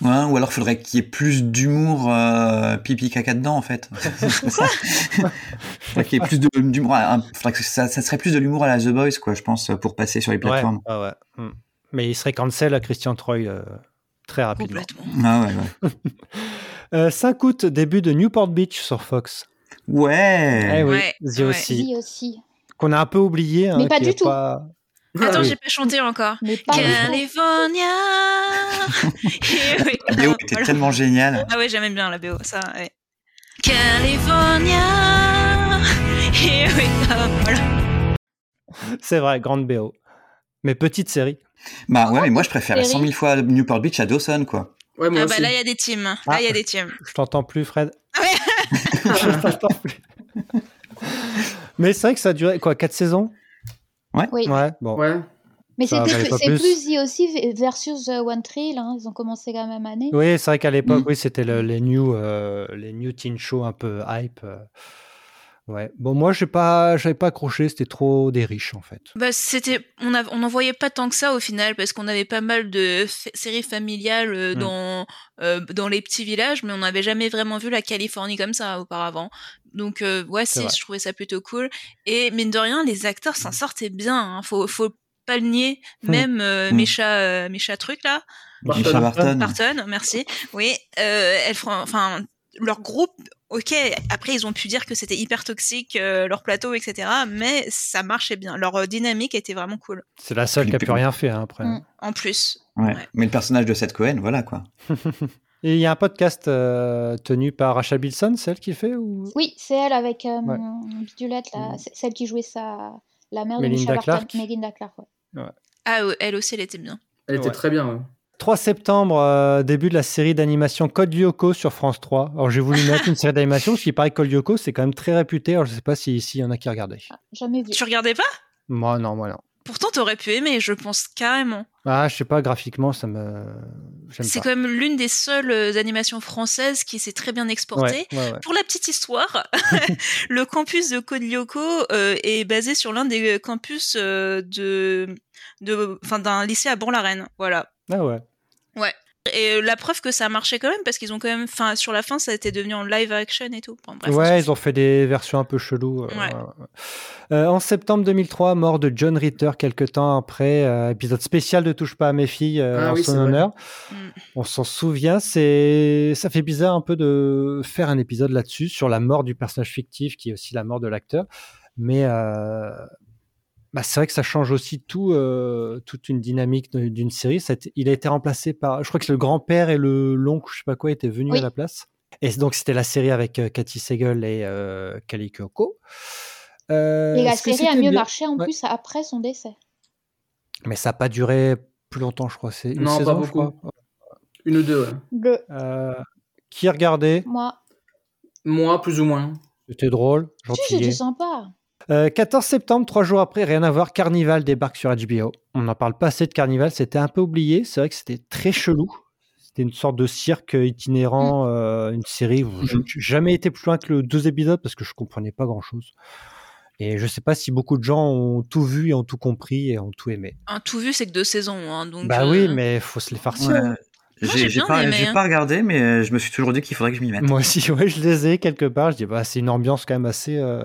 Speaker 5: Ouais, ou alors faudrait qu'il y ait plus d'humour euh, pipi caca dedans en fait. C'est ça. faudrait qu'il y ait plus de- d'humour, à- un- faudrait que ça, ça serait plus de l'humour à la The Boys quoi, je pense, pour passer sur les
Speaker 1: Ouais,
Speaker 5: plateformes.
Speaker 1: ouais, ouais. Mm. Mais il serait cancel à Christian Troy euh, très rapidement.
Speaker 4: complètement.
Speaker 5: Ah ouais, ouais.
Speaker 1: Euh, 5 août, début de Newport Beach sur Fox.
Speaker 5: Ouais.
Speaker 1: Eh oui,
Speaker 4: Ouais,
Speaker 1: The
Speaker 4: ouais.
Speaker 1: O.C.,
Speaker 6: Si, aussi.
Speaker 1: Qu'on a un peu oublié. hein,
Speaker 6: Mais pas
Speaker 1: qui
Speaker 6: du
Speaker 1: est
Speaker 6: tout.
Speaker 4: Attends,
Speaker 1: oui.
Speaker 4: j'ai pas chanté encore.
Speaker 6: Mais pas.
Speaker 4: California Et Eh oui,
Speaker 5: La BO
Speaker 4: voilà.
Speaker 5: était tellement géniale.
Speaker 4: Ah ouais, j'aime bien la BO, ça, ouais. California Et oui, ah, voilà.
Speaker 1: C'est vrai, grande BO. Mais petite série.
Speaker 5: Bah ouais, mais moi je préférais
Speaker 6: Série.
Speaker 5: 100 000 fois Newport Beach à Dawson quoi.
Speaker 2: Ouais, moi
Speaker 4: ah bah
Speaker 2: aussi.
Speaker 4: là, il y a des teams. Là, il y a des teams.
Speaker 1: Je t'entends plus, Fred.
Speaker 4: Ouais.
Speaker 1: Je t'entends plus. Mais c'est vrai que ça a duré quoi, 4 saisons
Speaker 6: Oui.
Speaker 1: Ouais, bon.
Speaker 2: Ouais.
Speaker 6: Mais
Speaker 1: Ça,
Speaker 6: c'était
Speaker 1: j'en ai pas
Speaker 6: c'est
Speaker 1: plus.
Speaker 6: plus. The aussi versus euh, One Trail. hein, Ils ont commencé la même année.
Speaker 1: Oui, c'est vrai qu'à l'époque,
Speaker 5: Mm.
Speaker 1: oui, c'était le- les new, euh, les new teen shows un peu hype. euh. Ouais. Bon, moi, j'ai pas, j'avais pas accroché. C'était trop des riches, en fait.
Speaker 4: Bah, c'était, on a- on n'en voyait pas tant que ça au final parce qu'on avait pas mal de f- séries familiales euh,
Speaker 1: Mm.
Speaker 4: dans euh, dans les petits villages, mais on n'avait jamais vraiment vu la Californie comme ça auparavant. Donc euh, ouais,
Speaker 1: C'est
Speaker 4: si,
Speaker 1: vrai.
Speaker 4: je trouvais ça plutôt cool. Et mine de rien, les acteurs s'en sortaient bien. hein. Faut faut pas le nier.
Speaker 1: Mm. Mm.
Speaker 4: Même euh,
Speaker 5: Mm.
Speaker 4: Micha euh, Micha truc là,
Speaker 2: Barton.
Speaker 5: Misha Barton.
Speaker 4: Barton, merci. Oui, euh, elles feront- enfin, leur groupe, ok, après ils ont pu dire que c'était hyper toxique, euh, leur plateau, etc. Mais ça marchait bien. Leur euh, dynamique était vraiment cool.
Speaker 1: C'est la seule qui a plus rien fait hein, après.
Speaker 6: Mm.
Speaker 4: En plus,
Speaker 5: Ouais.
Speaker 4: Ouais.
Speaker 5: Mais le personnage de Seth Cohen, voilà quoi.
Speaker 1: Et il y a un podcast euh, tenu par Rachel Bilson, c'est elle qui le fait ou
Speaker 6: Oui, c'est elle avec euh,
Speaker 1: Ouais.
Speaker 6: Bidulette, là,
Speaker 1: Mm.
Speaker 6: c'est- celle qui jouait sa... la mère
Speaker 1: Melinda
Speaker 6: de Michel Barton,
Speaker 1: Clark.
Speaker 6: Melinda Clark. ouais.
Speaker 4: ah, ouais, elle aussi, elle était bien.
Speaker 2: Elle était
Speaker 1: Ouais.
Speaker 2: très bien. ouais.
Speaker 1: 3 septembre, euh, début de la série d'animation Code Lyoko sur France 3. Alors j'ai voulu mettre une série d'animation parce qu'il paraît que Code Lyoko c'est quand même très réputé. Alors je sais pas si ici il y en a qui regardaient.
Speaker 6: Jamais vu.
Speaker 4: Tu regardais pas
Speaker 1: Moi non, moi non.
Speaker 4: Pourtant, t'aurais pu aimer, je pense carrément.
Speaker 1: Ah je sais pas graphiquement ça me. J'aime
Speaker 4: C'est
Speaker 1: pas.
Speaker 4: quand même l'une des seules euh, animations françaises qui s'est très bien exportée.
Speaker 1: Ouais, ouais, ouais.
Speaker 4: Pour la petite histoire, le campus de Kodioko euh, est basé sur l'un des campus euh, de, de, enfin, d'un lycée à Bourg-la-Reine. Voilà.
Speaker 1: Ah ouais.
Speaker 4: Et euh, la preuve que ça marchait quand même, parce qu'ils ont quand même, enfin, sur la fin, ça a été devenu en live action et tout. Bon, bref,
Speaker 1: ouais, ils ont fait des versions un peu cheloues. euh,
Speaker 4: Ouais.
Speaker 1: ouais, ouais. Euh, en septembre 2003, mort de John Ritter, quelques temps après, euh, épisode spécial de Touche pas à mes filles euh,
Speaker 2: Ah
Speaker 1: en
Speaker 2: oui,
Speaker 1: son
Speaker 2: c'est vrai.
Speaker 1: honneur.
Speaker 4: Mm.
Speaker 1: On s'en souvient, c'est ça fait bizarre un peu de faire un épisode là-dessus sur la mort du personnage fictif qui est aussi la mort de l'acteur, mais euh, bah, c'est vrai que ça change aussi tout euh, toute une dynamique de- d'une série. Ça a été- Il a été remplacé par, je crois que le grand-père et le l'oncle, je sais pas quoi, étaient venus
Speaker 6: Oui.
Speaker 1: à la place. Et donc c'était la série avec euh, Cathy Segel et euh, Kali Kyoko. Euh,
Speaker 6: Et la
Speaker 1: est-ce que
Speaker 6: série a
Speaker 1: c'était
Speaker 6: mieux
Speaker 1: bien
Speaker 6: marché en
Speaker 1: Ouais.
Speaker 6: plus après son décès.
Speaker 1: Mais ça n'a pas duré plus longtemps, je crois. C'est une
Speaker 2: Non, pas
Speaker 1: saison, je
Speaker 2: beaucoup.
Speaker 1: crois.
Speaker 2: Une ou deux. ouais.
Speaker 6: Le,
Speaker 1: Euh, qui regardait
Speaker 6: moi,
Speaker 2: Moi, plus ou moins.
Speaker 1: C'était drôle,
Speaker 6: tu sais,
Speaker 1: gentil.
Speaker 6: j'étais sympa.
Speaker 1: Euh, 14 septembre, trois jours après, rien à voir, Carnival débarque sur HBO. On n'en parle pas assez de Carnival, c'était un peu oublié. C'est vrai que c'était très chelou. C'était une sorte de cirque itinérant, euh, une série où je-
Speaker 5: Mm.
Speaker 1: j'ai jamais été plus loin que le deux épisodes parce que je comprenais pas grand chose. Et je sais pas si beaucoup de gens ont tout vu et ont tout compris et ont tout aimé.
Speaker 4: un tout vu, c'est que deux saisons. hein, donc,
Speaker 1: bah
Speaker 4: euh,
Speaker 1: oui, mais faut se les farcir.
Speaker 5: Ouais.
Speaker 4: j'ai
Speaker 5: J'ai j'ai
Speaker 4: bien
Speaker 5: pas,
Speaker 4: aimé,
Speaker 5: j'ai
Speaker 4: hein.
Speaker 5: pas regardé, mais euh, je me suis toujours dit qu'il faudrait que je m'y mette.
Speaker 1: Moi aussi, ouais, je les ai quelque part. Je dis, bah, c'est une ambiance quand même assez, euh,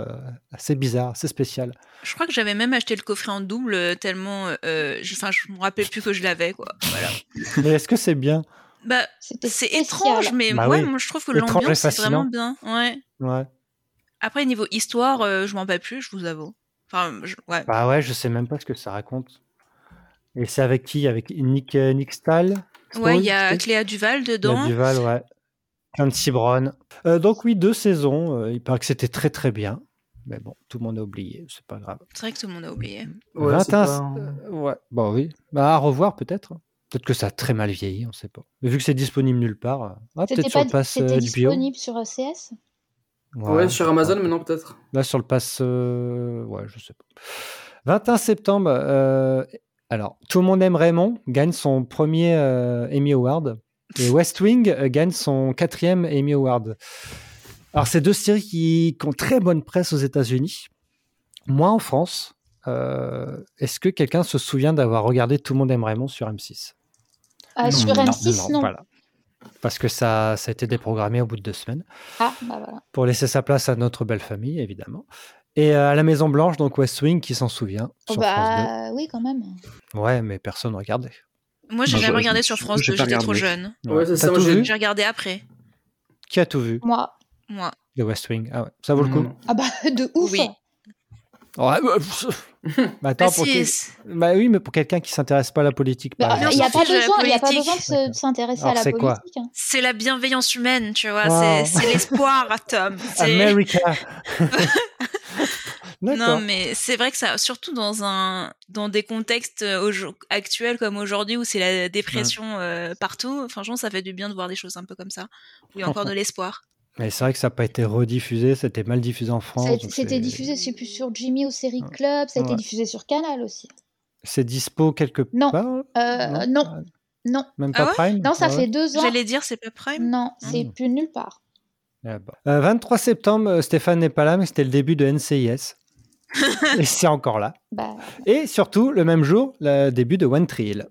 Speaker 1: assez bizarre, assez spéciale.
Speaker 4: Je crois que j'avais même acheté le coffret en double euh, tellement, euh, je- enfin, je me rappelle plus que je l'avais, quoi. Voilà.
Speaker 1: Mais est-ce que c'est bien
Speaker 4: Bah,
Speaker 6: C'était
Speaker 4: c'est
Speaker 6: spécial.
Speaker 4: étrange, mais
Speaker 1: Bah
Speaker 4: ouais,
Speaker 1: oui.
Speaker 4: moi, je trouve que
Speaker 1: Étrange et
Speaker 4: l'ambiance est
Speaker 1: fascinant.
Speaker 4: vraiment bien. Ouais.
Speaker 1: Ouais.
Speaker 4: Après, niveau histoire, euh, je m'en bats plus, je vous avoue. Enfin, je- ouais.
Speaker 1: Bah ouais, je sais même pas ce que ça raconte. Et c'est avec qui Avec Nick, euh, Nick Stahl
Speaker 4: Ouais, il y a
Speaker 1: Story,
Speaker 4: Cléa Duval
Speaker 1: Il y a
Speaker 4: dedans.
Speaker 1: Duval, ouais. Clancy Brown. Euh, donc oui, deux saisons. euh, il paraît que c'était très très bien. Mais bon, tout le monde a oublié, c'est pas grave.
Speaker 4: C'est vrai que tout le monde a oublié.
Speaker 2: Ouais, c'est
Speaker 1: 21,
Speaker 2: pas-
Speaker 1: euh, ouais. Bon oui. Bah à revoir peut-être. Peut-être que ça a très mal vieilli, on sait pas. Mais vu que c'est disponible nulle part, euh, ah, peut-être
Speaker 6: C'était
Speaker 1: sur
Speaker 6: pas
Speaker 1: le pass
Speaker 6: c'était
Speaker 1: euh, HBO.
Speaker 6: disponible sur E ECS.
Speaker 2: Ouais, sur Amazon maintenant, peut-être.
Speaker 1: Là, sur le pass, euh, ouais, je sais pas. 21 septembre, euh, alors, Tout le monde aime Raymond gagne son premier euh, Emmy Award et West Wing euh, gagne son quatrième Emmy Award. Alors, c'est deux séries qui, qui ont très bonne presse aux États-Unis, moins en France. Euh, Est-ce que quelqu'un se souvient d'avoir regardé Tout le monde aime Raymond sur M6
Speaker 6: Ah,
Speaker 5: Non,
Speaker 6: sur
Speaker 5: non,
Speaker 6: M6, non.
Speaker 1: voilà. Parce que ça, ça a été déprogrammé au bout de deux semaines
Speaker 6: Ah, bah voilà.
Speaker 1: pour laisser sa place à notre belle famille, évidemment. Et euh, à la Maison Blanche, donc West Wing, qui s'en souvient
Speaker 6: Oh,
Speaker 1: sur France
Speaker 6: bah oui, quand même.
Speaker 1: 2. Ouais, mais personne ne regardait.
Speaker 4: Moi, j'ai
Speaker 1: Bah,
Speaker 5: Moi,
Speaker 4: jamais
Speaker 5: je-
Speaker 4: regardé sur
Speaker 5: je-
Speaker 4: France
Speaker 5: j'ai
Speaker 4: 2,
Speaker 5: pas
Speaker 4: j'étais trop
Speaker 5: regardé.
Speaker 4: jeune.
Speaker 2: Ouais, c'est
Speaker 1: T'as
Speaker 2: ça,
Speaker 1: tout
Speaker 2: moi, j'ai-
Speaker 1: vu
Speaker 4: J'ai regardé après,
Speaker 1: Qui a tout vu
Speaker 6: Moi.
Speaker 4: moi.
Speaker 1: de West Wing Ah ouais, ça vaut le coup.
Speaker 2: Mm.
Speaker 6: Ah bah de ouf.
Speaker 4: Oui.
Speaker 1: Ouais, bah, pff. Bah, attends,
Speaker 4: Ah,
Speaker 1: pour
Speaker 4: si,
Speaker 1: qui-
Speaker 4: c'est-
Speaker 1: bah oui, mais pour quelqu'un qui s'intéresse pas à la politique,
Speaker 6: Bah,
Speaker 1: par
Speaker 4: bien
Speaker 1: exemple.
Speaker 6: Il n'y a,
Speaker 4: sûr,
Speaker 6: pas
Speaker 4: c'est la
Speaker 6: besoin- il y a pas
Speaker 4: politique.
Speaker 6: besoin de se- de s'intéresser à
Speaker 1: Alors,
Speaker 6: la
Speaker 1: c'est quoi
Speaker 6: politique. hein.
Speaker 4: c'est la bienveillance humaine, tu vois.
Speaker 1: Wow. Ah,
Speaker 4: c'est- C'est l'espoir, Tom. C'est-
Speaker 1: America D'accord.
Speaker 4: Non, mais c'est vrai que ça, surtout dans un, dans des contextes euh, aujo- actuels comme aujourd'hui où c'est la dépression euh, partout, franchement, ça fait du bien de voir des choses un peu comme ça. Où il y a encore de l'espoir.
Speaker 1: Mais c'est vrai que ça n'a pas été rediffusé, c'était mal diffusé en France.
Speaker 6: Ça a été-
Speaker 1: donc
Speaker 6: C'était
Speaker 1: c'est-
Speaker 6: diffusé, je sais plus, sur Jimmy ou Série
Speaker 1: Ouais.
Speaker 6: Club, ça a été
Speaker 1: Ouais.
Speaker 6: diffusé sur Canal aussi.
Speaker 1: C'est dispo quelque
Speaker 6: Non.
Speaker 1: part
Speaker 6: Euh, non. non, non,
Speaker 1: Même
Speaker 4: Ah
Speaker 1: pas
Speaker 4: ouais
Speaker 1: Prime
Speaker 6: ça
Speaker 1: Ah ouais
Speaker 6: fait deux ans.
Speaker 4: J'allais dire, c'est pas prime.
Speaker 6: Non, c'est
Speaker 1: Hmm.
Speaker 6: plus nulle part.
Speaker 1: Ah bon. Euh, 23 septembre, euh, Stéphane n'est pas là, mais c'était le début de NCIS. Et c'est encore là.
Speaker 6: Bah,
Speaker 1: Et surtout, le même jour, le début de One Tree Hill,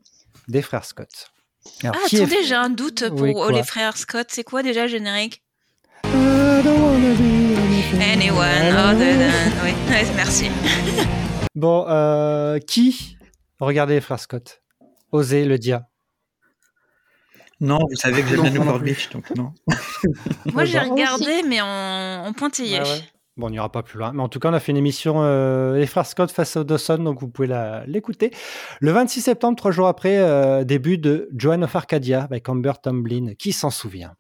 Speaker 1: des frères Scott. Alors,
Speaker 4: Ah,
Speaker 1: qui est-
Speaker 4: attendez, j'ai un doute pour
Speaker 1: Oui,
Speaker 4: oh,
Speaker 1: quoi
Speaker 4: les frères Scott. C'est quoi déjà le générique
Speaker 1: I don't wanna be anything.
Speaker 4: Anyone other than. Oui, Ouais, merci.
Speaker 1: Bon, euh, qui Regardez les frères Scott. Osez le dire.
Speaker 5: Non, vous savez que j'aime
Speaker 2: Non,
Speaker 5: bien
Speaker 2: moi non
Speaker 5: Newport
Speaker 2: plus.
Speaker 5: Beach, donc non.
Speaker 4: Moi, j'ai
Speaker 1: Bon.
Speaker 4: regardé, mais en, en pointillé.
Speaker 1: Bah Ouais, ouais. Bon, on n'ira pas plus loin. Mais en tout cas, on a fait une émission euh, Les frères Scott face au Dawson, donc vous pouvez la- l'écouter. Le 26 septembre, trois jours après, euh, début de Joan of Arcadia avec Amber Tomlin. Qui s'en souvient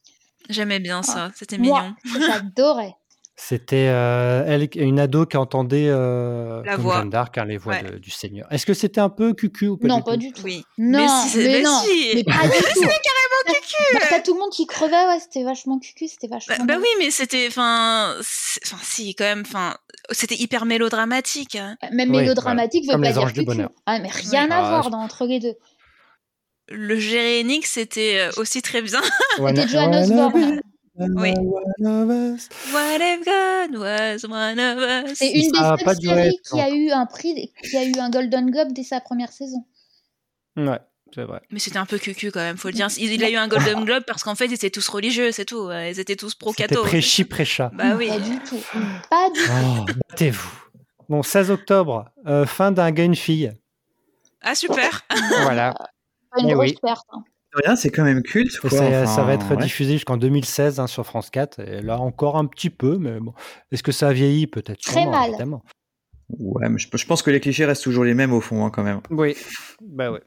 Speaker 4: J'aimais bien ça. C'était
Speaker 6: moi,
Speaker 4: mignon.
Speaker 6: j'adorais.
Speaker 1: C'était euh, elle, une ado qui entendait euh,
Speaker 4: La
Speaker 1: comme
Speaker 4: voix.
Speaker 1: Jeanne d'Arc, hein, les voix
Speaker 4: Ouais.
Speaker 1: de- du Seigneur. Est-ce que c'était un peu cucu ou pas
Speaker 6: non,
Speaker 1: du
Speaker 6: pas
Speaker 1: tout
Speaker 6: du tout.
Speaker 4: Oui.
Speaker 6: Non, mais,
Speaker 4: si, c'est- mais
Speaker 6: non,
Speaker 4: si.
Speaker 6: mais pas du tout.
Speaker 4: carrément
Speaker 6: Bah, T'as tout le monde qui crevait, ouais, c'était vachement cucu, c'était
Speaker 4: Bah,
Speaker 6: vachement.
Speaker 4: bah
Speaker 6: bien.
Speaker 4: oui, mais c'était, enfin, c'est- enfin, si, quand même, enfin, c'était hyper mélodramatique. hein.
Speaker 6: Même
Speaker 1: Oui,
Speaker 6: Euh, mélodramatique
Speaker 1: voilà. Comme
Speaker 6: veut
Speaker 1: les
Speaker 6: pas
Speaker 1: Anges
Speaker 6: dire
Speaker 1: du
Speaker 6: cucu.
Speaker 1: Bonheur.
Speaker 6: Ah, mais rien
Speaker 1: Oui.
Speaker 6: à
Speaker 1: Ah,
Speaker 6: voir
Speaker 1: je-
Speaker 6: dans- entre les deux.
Speaker 4: Le gérénique, c'était euh, aussi très bien.
Speaker 1: Wanna-
Speaker 6: C'était Joan Osborne.
Speaker 4: Oui.
Speaker 1: One of us.
Speaker 4: What if God was one of us.
Speaker 6: C'est une
Speaker 1: Ça a
Speaker 6: des
Speaker 1: pas
Speaker 6: seules
Speaker 1: duré
Speaker 6: séries
Speaker 1: très
Speaker 6: qui a eu un prix, qui a eu un Golden Globe dès sa première saison.
Speaker 1: Ouais, c'est vrai.
Speaker 4: Mais c'était un peu cucu quand même, faut le dire. Il, il a eu un Golden Globe parce qu'en fait, ils étaient tous religieux, c'est tout. ouais. Ils étaient tous
Speaker 1: C'était
Speaker 4: pro-cato.
Speaker 1: prêchi, prêcha.
Speaker 4: Bah oui.
Speaker 6: Pas du tout. Pas du
Speaker 1: Oh, battez-vous. Bon, 16 octobre, euh, fin d'un gars, une fille.
Speaker 4: Ah, super.
Speaker 1: Voilà.
Speaker 4: Ah.
Speaker 6: tout. Une
Speaker 1: Eh
Speaker 6: grosse
Speaker 1: oui.
Speaker 6: perte. hein.
Speaker 5: Rien, c'est quand même culte.
Speaker 1: Et
Speaker 5: quoi,
Speaker 1: c'est- euh,
Speaker 5: enfin,
Speaker 1: ça va être
Speaker 5: ouais.
Speaker 1: diffusé jusqu'en 2016 hein, sur France 4. Et là encore un petit peu, mais bon. Est-ce que ça a vieilli Peut-être.
Speaker 6: Très
Speaker 1: sûrement,
Speaker 6: mal.
Speaker 1: évidemment.
Speaker 5: Ouais, mais je, je pense que les clichés restent toujours les mêmes au fond, hein, quand même.
Speaker 1: Oui. Bah ouais.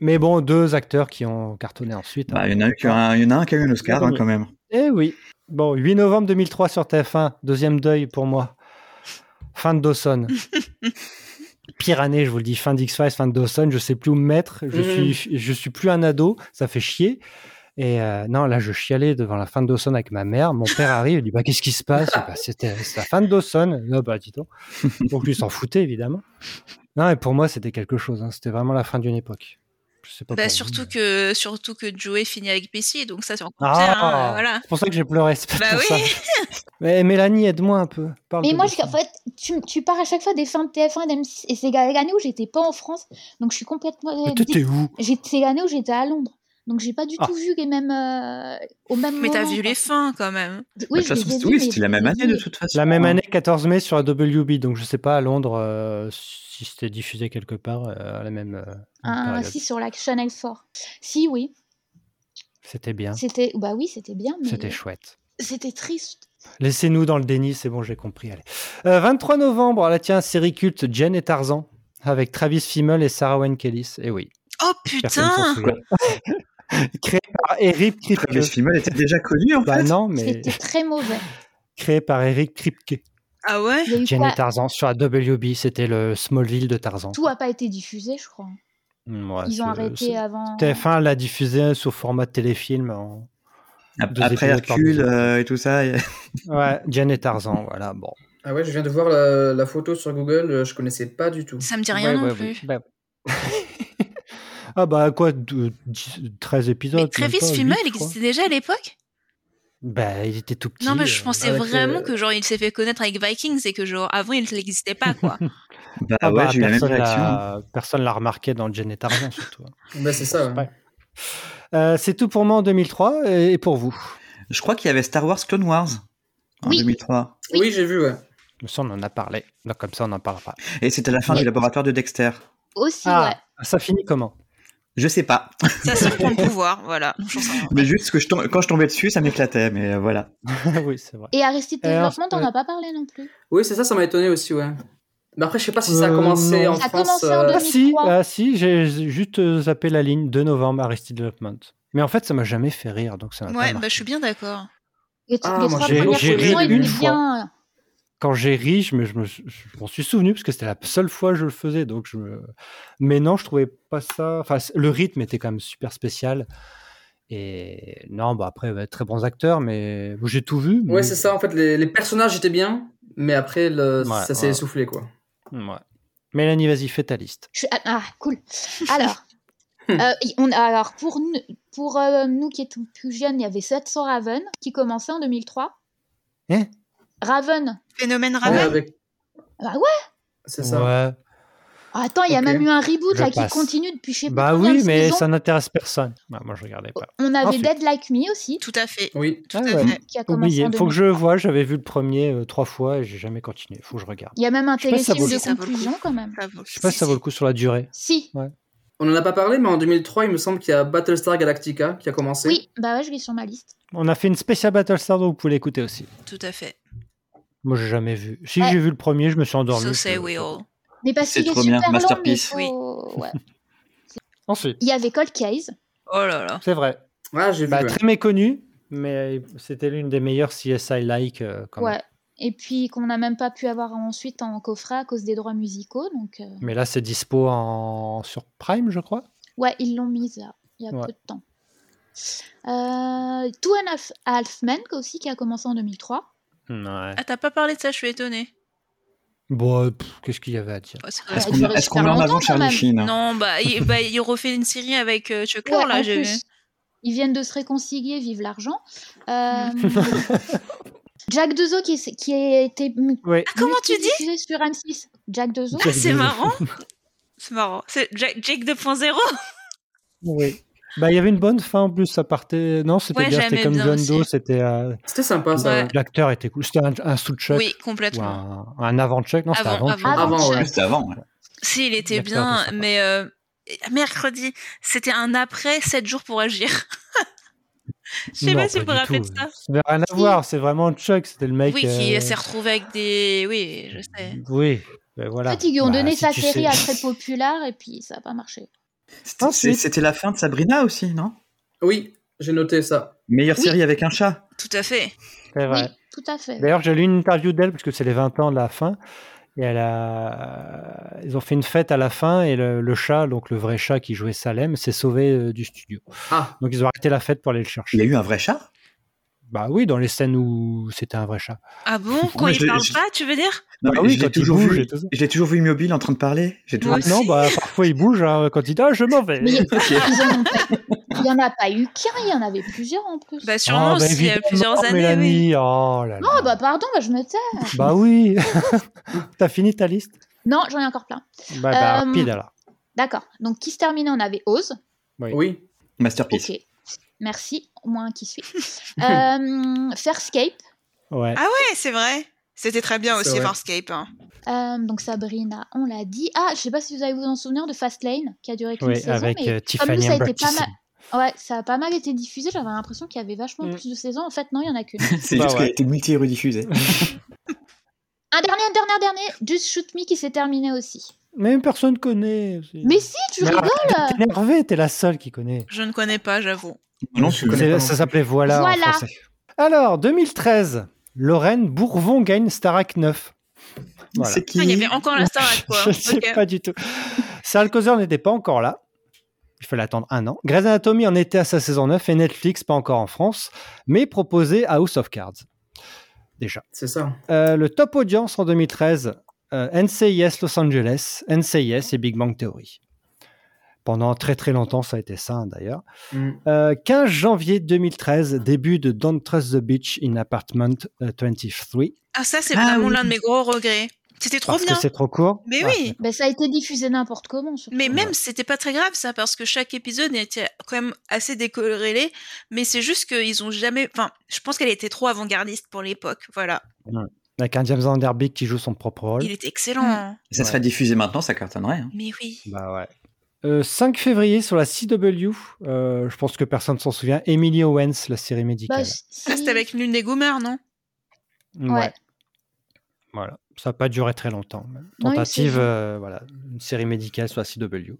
Speaker 1: Mais bon, deux acteurs qui ont cartonné ensuite. hein.
Speaker 5: Bah, Il y, en a eu qui a un- il y en a un qui a eu un Oscar, hein, quand même.
Speaker 1: Eh oui. Bon, 8 novembre 2003 sur TF1, deuxième deuil pour moi. Fin de Dawson. Pire année, je vous le dis, fin d'X-Files, fin de Dawson, je sais plus où me mettre, je
Speaker 2: Mm.
Speaker 1: suis je suis plus un ado, ça fait chier. Et euh, non, là, je chialais devant la fin de Dawson avec ma mère. Mon père arrive, il dit bah, Qu'est-ce qui se passe Je dis, bah, C'était c'est la fin de Dawson. Non, bah, dis donc. Donc, lui il s'en foutait, évidemment. Non, et pour moi, c'était quelque chose. hein. C'était vraiment la fin d'une époque. Je sais pas
Speaker 4: Bah,
Speaker 1: pour vous,
Speaker 4: surtout
Speaker 1: mais-
Speaker 4: que, surtout que Joey finit avec Pessy, donc ça, c'est encore
Speaker 1: Ah,
Speaker 4: pire. hein, voilà.
Speaker 1: C'est pour ça que j'ai pleuré. c'est pas
Speaker 4: Bah
Speaker 1: pour
Speaker 4: oui.
Speaker 1: ça. Mais Mélanie, aide-moi un peu. Parle
Speaker 6: Mais
Speaker 1: de
Speaker 6: moi,
Speaker 1: Dawson.
Speaker 6: je- en fait, tu, tu pars à chaque fois des fins de TF1 et d'M6. Et c'est l'année où j'étais pas en France, donc je suis complètement.
Speaker 1: Mais t'étais où
Speaker 6: J'ai- C'est l'année où j'étais à Londres, donc j'ai pas du
Speaker 1: Ah.
Speaker 6: tout vu les mêmes. euh, au même
Speaker 4: Mais t'as
Speaker 6: moment,
Speaker 4: vu
Speaker 6: quoi.
Speaker 4: les fins quand même.
Speaker 5: Bah,
Speaker 6: Oui,
Speaker 5: de toute façon,
Speaker 6: je les ai
Speaker 5: c'était-
Speaker 6: vus,
Speaker 5: oui,
Speaker 6: mais
Speaker 5: c'était la
Speaker 6: je
Speaker 5: même
Speaker 6: les ai
Speaker 5: année, de
Speaker 6: vus.
Speaker 5: toute façon.
Speaker 1: La même année, 14 mai sur la WB. Donc je sais pas à Londres euh, si c'était diffusé quelque part euh, à la même, euh, même
Speaker 6: Ah,
Speaker 1: période.
Speaker 6: si, sur la Channel 4. Si, oui.
Speaker 1: C'était bien.
Speaker 6: C'était. Bah oui, c'était bien, mais.
Speaker 1: Ah. C'était chouette.
Speaker 6: C'était triste.
Speaker 1: Laissez-nous dans le déni, c'est bon, j'ai compris. Allez. Euh, 23 novembre, là tiens, série culte Jen et Tarzan avec Travis Fimmel et Sarah Wayne Kellis. Et oui,
Speaker 4: Oh
Speaker 1: personne s'en
Speaker 4: putain.
Speaker 1: souvient. Créé par Eric
Speaker 5: Travis
Speaker 1: Kripke.
Speaker 5: Fimmel était déjà connu, en
Speaker 1: Bah
Speaker 5: fait.
Speaker 1: non, mais
Speaker 6: C'était très mauvais.
Speaker 1: créé par Eric Kripke.
Speaker 4: Ah ouais.
Speaker 6: Il y a eu
Speaker 1: Jen
Speaker 6: quoi-
Speaker 1: et Tarzan sur la WB, c'était le Smallville de Tarzan.
Speaker 6: Tout a pas été diffusé, je crois.
Speaker 1: Mm, ouais,
Speaker 6: Ils ont
Speaker 1: c'est-
Speaker 6: arrêté
Speaker 1: c'est-
Speaker 4: euh,
Speaker 6: avant.
Speaker 1: TF1 l'a diffusé sous format téléfilm. En...
Speaker 5: Ap-
Speaker 1: Deux
Speaker 5: Après
Speaker 1: épisodes par
Speaker 5: Hercule
Speaker 1: épisode.
Speaker 5: euh, et tout ça. et-
Speaker 1: Ouais, Jen et Tarzan, voilà. Bon.
Speaker 2: Ah ouais, je viens de voir la, la photo sur Google, euh, je connaissais pas du tout.
Speaker 4: Ça me dit rien
Speaker 1: Ouais,
Speaker 4: non
Speaker 1: ouais,
Speaker 4: plus.
Speaker 1: oui. Bah- ah bah quoi, de- dix- 13 épisodes
Speaker 4: Mais
Speaker 1: même
Speaker 4: Travis
Speaker 1: pas,
Speaker 4: Fimmel,
Speaker 1: huit, je
Speaker 4: il
Speaker 1: crois.
Speaker 4: existait déjà à l'époque
Speaker 1: Bah, il était tout petit.
Speaker 4: Non, mais je
Speaker 1: euh,
Speaker 4: pensais
Speaker 2: avec,
Speaker 4: vraiment
Speaker 2: euh,
Speaker 4: que genre il s'est fait connaître avec Vikings et que genre avant il n'existait pas quoi.
Speaker 5: Bah
Speaker 1: ah
Speaker 5: ouais,
Speaker 1: bah,
Speaker 5: j'ai eu la même
Speaker 1: personne
Speaker 5: réaction.
Speaker 1: l'a- Personne l'a remarqué dans Jen et Tarzan, surtout.
Speaker 2: Bah c'est ça. ouais.
Speaker 1: Ouais. Euh, C'est tout pour moi en 2003 et et pour vous.
Speaker 5: Je crois qu'il y avait Star Wars Clone Wars en
Speaker 6: Oui.
Speaker 5: 2003.
Speaker 2: Oui, j'ai vu, ouais.
Speaker 1: Mais Ça, on en a parlé. Donc, comme ça, on n'en parlera pas.
Speaker 5: Et c'était la fin
Speaker 6: Oui.
Speaker 5: du laboratoire de Dexter.
Speaker 6: Aussi, ouais.
Speaker 1: Ah, ça finit comment
Speaker 5: Je sais pas.
Speaker 4: Ça surprend le pouvoir, voilà. J'en sais rien.
Speaker 5: Mais juste que je tom- quand je tombais dessus, ça m'éclatait. Mais euh, voilà.
Speaker 1: Oui, c'est vrai.
Speaker 6: Et Aristide
Speaker 1: Euh,
Speaker 6: Développement,
Speaker 1: euh,
Speaker 6: t'en as pas parlé non plus.
Speaker 2: Oui, c'est ça, ça m'a étonné aussi, ouais. Mais après, je sais pas si ça a
Speaker 1: Euh,
Speaker 2: commencé
Speaker 1: non.
Speaker 2: en
Speaker 6: Ça a
Speaker 2: France.
Speaker 6: commencé en
Speaker 2: euh,
Speaker 1: Ah si,
Speaker 6: 2003.
Speaker 1: ah, si j'ai juste euh, zappé la ligne 2 novembre, Aristide Development. Mais en fait, ça m'a jamais fait rire, donc ça m'a pas
Speaker 4: Ouais,
Speaker 1: marqué.
Speaker 4: bah je suis bien d'accord.
Speaker 6: Les,
Speaker 2: Ah, moi,
Speaker 6: les trois
Speaker 2: j'ai-
Speaker 6: premières
Speaker 2: j'ai ri
Speaker 6: saisons, ils
Speaker 1: une
Speaker 6: étaient
Speaker 1: fois.
Speaker 6: bien. euh,
Speaker 1: quand j'ai ri, je me- je me- je m'en suis souvenu parce que c'était la seule fois que je le faisais. Donc je me... Mais non, je trouvais pas ça. Enfin, c- le rythme était quand même super spécial. Et non, bah après, ouais, très bons acteurs, mais j'ai tout vu. mais-
Speaker 2: Ouais, c'est ça. En fait, les, les personnages étaient bien, mais après, le-
Speaker 1: Ouais,
Speaker 2: ça s'est
Speaker 1: ouais.
Speaker 2: essoufflé, quoi.
Speaker 1: Ouais. Mélanie, vas-y, fais ta liste.
Speaker 6: Je suis- ah, ah, cool. Alors, euh, y- on, alors pour, nous- pour euh, nous qui étions plus jeunes, il y avait 700 Raven qui commençait en 2003.
Speaker 1: Hein
Speaker 6: Raven.
Speaker 4: Phénomène
Speaker 2: Ouais,
Speaker 4: Raven.
Speaker 2: avec-
Speaker 6: Bah ouais.
Speaker 2: C'est ça.
Speaker 1: Ouais.
Speaker 6: Ah, attends, il y a
Speaker 2: Ok.
Speaker 6: même eu un reboot
Speaker 1: Je
Speaker 6: là
Speaker 1: passe.
Speaker 6: qui continue depuis je sais pas
Speaker 1: Bah
Speaker 6: combien
Speaker 1: oui,
Speaker 6: de
Speaker 1: mais
Speaker 6: saisons.
Speaker 1: ça Ah, n'intéresse personne. Bah, moi, je regardais pas.
Speaker 6: On avait
Speaker 1: Ensuite.
Speaker 6: Dead Like Me aussi
Speaker 4: Tout à fait.
Speaker 2: Oui.
Speaker 4: Tout
Speaker 1: Ah
Speaker 4: à
Speaker 1: ouais.
Speaker 4: fait.
Speaker 6: qui a commencé
Speaker 1: Oublié.
Speaker 6: en
Speaker 1: Faut que
Speaker 6: 2003.
Speaker 1: je le voie. J'avais vu le premier euh, trois fois et j'ai jamais continué. Faut que je regarde.
Speaker 6: Il y a même un
Speaker 1: sais pas si ça
Speaker 6: téléfilm
Speaker 1: vaut
Speaker 6: de
Speaker 4: le coup.
Speaker 6: conclusion quand même.
Speaker 4: Ça vaut-
Speaker 1: Je sais pas si ça vaut le coup sur la durée.
Speaker 6: Si.
Speaker 2: On en a pas parlé, mais en 2003, il me semble qu'il y a Battlestar Galactica qui a commencé.
Speaker 6: Oui, bah ouais, je l'ai sur ma liste.
Speaker 1: On a fait une spéciale Battlestar, donc vous pouvez l'écouter aussi.
Speaker 4: Tout à fait.
Speaker 1: Moi, j'ai jamais vu. Si
Speaker 4: Eh.
Speaker 6: Ouais.
Speaker 1: j'ai vu le premier, je me suis endormi.
Speaker 4: So say
Speaker 1: Je-
Speaker 4: we all.
Speaker 6: Mais parce
Speaker 5: C'est
Speaker 6: qu'il est
Speaker 5: trop
Speaker 6: super
Speaker 5: bien,
Speaker 6: long, mais
Speaker 5: masterpiece.
Speaker 6: faut-
Speaker 4: Oui.
Speaker 6: ouais.
Speaker 1: Ensuite,
Speaker 6: Il y avait Cold Case.
Speaker 4: Oh là là.
Speaker 1: c'est vrai.
Speaker 2: Ah, j'ai vu.
Speaker 1: Bah,
Speaker 2: ouais.
Speaker 1: très méconnu, mais c'était l'une des meilleures CSI-like. euh, quand même.
Speaker 6: Ouais. Et puis qu'on n'a même pas pu avoir ensuite en coffret à cause des droits musicaux. Donc, euh,
Speaker 1: Mais là, c'est dispo en... sur Prime, je crois.
Speaker 6: ouais, ils l'ont mise là, il y a
Speaker 1: Ouais.
Speaker 6: peu de temps. Euh, Two and a Half- Half Men aussi, qui a commencé en 2003.
Speaker 1: Ouais.
Speaker 4: Ah, t'as pas parlé de ça, je suis étonnée.
Speaker 1: Bon, euh, pff, qu'est-ce qu'il y avait à dire
Speaker 4: Oh, c'est-
Speaker 5: Est-ce
Speaker 6: elle
Speaker 5: qu'on
Speaker 6: durait
Speaker 5: est
Speaker 6: super
Speaker 5: met en
Speaker 6: longtemps,
Speaker 5: avant
Speaker 6: quand
Speaker 5: Charlie
Speaker 6: même.
Speaker 5: Sheen hein?
Speaker 4: Non, bah il, bah, il refait une série avec euh, Chuck Lorre,
Speaker 6: Ouais,
Speaker 4: là.
Speaker 6: en
Speaker 4: j'ai-
Speaker 6: plus, ils viennent de se réconcilier, vive l'argent. Euh, Jack Dezo qui, est- qui a été m-
Speaker 1: Ouais.
Speaker 4: Ah, comment tu dis
Speaker 6: multidiffusé sur M6. Jack Dezo.
Speaker 4: Ah,
Speaker 1: Jack
Speaker 4: c'est
Speaker 1: Dezo.
Speaker 4: marrant. C'est marrant. C'est Jack, Jack 2.0.
Speaker 1: Oui. Bah, il y avait une bonne fin en plus, ça partait. Non, c'était
Speaker 4: Ouais,
Speaker 1: bien, c'était
Speaker 4: j'aimais
Speaker 1: comme
Speaker 4: bien
Speaker 1: John
Speaker 4: aussi.
Speaker 1: Doe, c'était. euh,
Speaker 2: C'était sympa, ça.
Speaker 4: Ouais.
Speaker 1: L'acteur était cool. C'était un, un sous-check
Speaker 4: Oui,
Speaker 1: ou
Speaker 4: complètement.
Speaker 1: un, un avant-check. Non, c'était
Speaker 4: Avant,
Speaker 1: avant-check.
Speaker 6: avant,
Speaker 2: Avant, ouais.
Speaker 6: Jack.
Speaker 5: Juste avant. ouais.
Speaker 4: Si, il était
Speaker 1: L'acteur était
Speaker 4: bien,
Speaker 1: sympa.
Speaker 4: mais euh, mercredi, c'était un après 7 jours pour agir. Je sais
Speaker 1: Non,
Speaker 4: pas si vous vous
Speaker 1: du
Speaker 4: rappelez de
Speaker 1: tout.
Speaker 4: ça.
Speaker 1: Ça n'avait rien à
Speaker 6: Si.
Speaker 1: voir, c'est vraiment Chuck, c'était le mec.
Speaker 4: Oui, qui
Speaker 1: euh,
Speaker 4: s'est retrouvé avec des. Oui, je sais.
Speaker 1: Oui, ben voilà.
Speaker 6: En fait, ils lui ont
Speaker 1: Bah,
Speaker 6: donné
Speaker 1: si
Speaker 6: sa
Speaker 1: tu
Speaker 6: série
Speaker 1: sais-
Speaker 6: à très populaire et puis ça n'a pas marché.
Speaker 5: C'était- c'est-
Speaker 1: Ensuite.
Speaker 5: C'était la fin de Sabrina aussi, non
Speaker 2: Oui, j'ai noté ça.
Speaker 5: Meilleure
Speaker 6: Oui.
Speaker 5: série avec un chat.
Speaker 4: Tout à fait.
Speaker 1: C'est vrai.
Speaker 6: Oui, tout à fait.
Speaker 1: D'ailleurs, j'ai lu une interview d'elle, parce que c'est les 20 ans de la fin. Et elle a... ils ont fait une fête à la fin, et le, le chat, donc le vrai chat qui jouait Salem, s'est sauvé euh, du studio.
Speaker 2: Ah,
Speaker 1: Donc ils ont arrêté la fête pour aller le
Speaker 5: Il y
Speaker 1: chercher.
Speaker 5: a eu un vrai chat
Speaker 1: Bah oui, dans les scènes où c'était un vrai chat.
Speaker 4: Ah bon Quand
Speaker 5: mais
Speaker 4: il
Speaker 5: je-
Speaker 4: parle
Speaker 5: je-
Speaker 4: pas, tu veux dire
Speaker 5: Non,
Speaker 1: Bah oui,
Speaker 5: mais je l'ai
Speaker 1: quand il
Speaker 5: toujours
Speaker 1: bouge
Speaker 5: vu.
Speaker 1: et tout ça.
Speaker 5: Je l'ai toujours vu immobile en train de parler. J'ai toujours
Speaker 4: Moi
Speaker 1: Ah
Speaker 4: aussi.
Speaker 1: non, bah parfois il bouge hein, quand il dit Ah, je m'en vais.
Speaker 6: Mais ils
Speaker 5: Ok.
Speaker 6: en ont pas- il n'y en a pas eu qu'un, il y en avait plusieurs en plus.
Speaker 4: Bah sûrement
Speaker 1: Ah, bah,
Speaker 4: aussi, il y a
Speaker 1: évidemment,
Speaker 4: plusieurs années. oui.
Speaker 1: Mélanie, oh là là.
Speaker 6: Oh bah pardon, bah, je me tais.
Speaker 1: Bah oui. T'as fini ta liste
Speaker 6: Non, j'en ai encore plein.
Speaker 1: Bah, bah,
Speaker 6: Euh,
Speaker 1: rapide alors.
Speaker 6: D'accord. Donc qui se terminait, on avait Oz.
Speaker 1: Oui.
Speaker 2: oui.
Speaker 5: Masterpiece.
Speaker 6: Ok. Merci, au moins un qui suit. euh, Fairscape,
Speaker 1: Ouais.
Speaker 4: Ah ouais, c'est vrai. C'était très bien
Speaker 2: C'est
Speaker 4: aussi,
Speaker 2: vrai.
Speaker 4: Farscape. hein.
Speaker 6: euh, donc Sabrina, on l'a dit. Ah, je sais pas si vous allez vous en souvenir de Fastlane, qui a duré qu'une
Speaker 1: Oui,
Speaker 6: saison.
Speaker 1: avec
Speaker 6: mais
Speaker 1: euh,
Speaker 6: comme nous,
Speaker 1: Tiffany
Speaker 6: ça a été
Speaker 1: Amber
Speaker 6: pas
Speaker 1: Thiessen.
Speaker 6: mal. Ouais, ça a pas mal été diffusé. J'avais l'impression qu'il y avait vachement
Speaker 1: Mm.
Speaker 6: plus de saisons. En fait, non, il y en a qu'une.
Speaker 5: C'est
Speaker 1: Bah ouais.
Speaker 5: juste qu'elle a été multi-rediffusée.
Speaker 6: un dernier, un dernier, un dernier. Just Shoot Me qui s'est terminé aussi.
Speaker 1: Même personne connaît.
Speaker 6: Mais si, tu
Speaker 1: Mais
Speaker 6: rigoles.
Speaker 1: arrête, T'es énervé, t'es la seule qui connaît.
Speaker 4: Je ne connais pas, j'avoue.
Speaker 5: Non,
Speaker 2: je
Speaker 5: tu
Speaker 2: connais
Speaker 1: C'est-
Speaker 2: pas non
Speaker 1: ça
Speaker 2: plus.
Speaker 1: s'appelait voilà, en
Speaker 6: Voilà.
Speaker 1: français. Alors, 2013, Lorraine Bourvon gagne Starac 9. Voilà.
Speaker 5: C'est qui
Speaker 4: Ah, il y avait encore la Star Trek, quoi.
Speaker 1: Je sais
Speaker 4: Ok.
Speaker 1: pas du tout. Sarah Causer n'était pas encore là. Il fallait attendre un an. Grey's Anatomy en était à sa saison 9 et Netflix pas encore en France, mais proposé à House of Cards. Déjà.
Speaker 2: C'est ça.
Speaker 1: Euh, le top audience en 2013, euh, NCIS Los Angeles, NCIS et Big Bang Theory. Pendant très très longtemps, ça a été ça hein, d'ailleurs.
Speaker 2: Mm.
Speaker 1: Euh, 15 janvier 2013, début de Don't Trust the Beach in Apartment euh, 23.
Speaker 4: Ah, ça, c'est
Speaker 5: Ah
Speaker 4: vraiment
Speaker 5: oui.
Speaker 4: l'un de mes gros regrets. C'était trop
Speaker 1: Parce
Speaker 4: bien.
Speaker 1: que c'est trop court.
Speaker 4: Mais
Speaker 1: Ouais.
Speaker 4: oui.
Speaker 6: Ben, ça a été diffusé n'importe comment. surtout.
Speaker 4: Mais même, c'était pas très grave ça, parce que chaque épisode était quand même assez décorrélé. Mais c'est juste qu'ils ont jamais. Enfin, je pense qu'elle était trop avant-gardiste pour l'époque. Voilà.
Speaker 1: Avec un James Van Der Beek qui joue son propre rôle.
Speaker 4: Il était excellent. hein.
Speaker 5: Ça serait diffusé maintenant, ça cartonnerait. hein.
Speaker 4: Mais oui.
Speaker 1: Bah ouais. Euh, 5 février sur la CW, euh, je pense que personne s'en souvient, Emily Owens, la série
Speaker 6: Bah,
Speaker 1: médicale.
Speaker 6: si-
Speaker 4: Ah, C'était avec l'une des goomers, non
Speaker 6: ouais.
Speaker 1: Voilà, ça n'a pas duré très longtemps.
Speaker 6: Non, une
Speaker 1: Tentative,
Speaker 6: saison.
Speaker 1: euh, voilà, une série médicale sur la CW.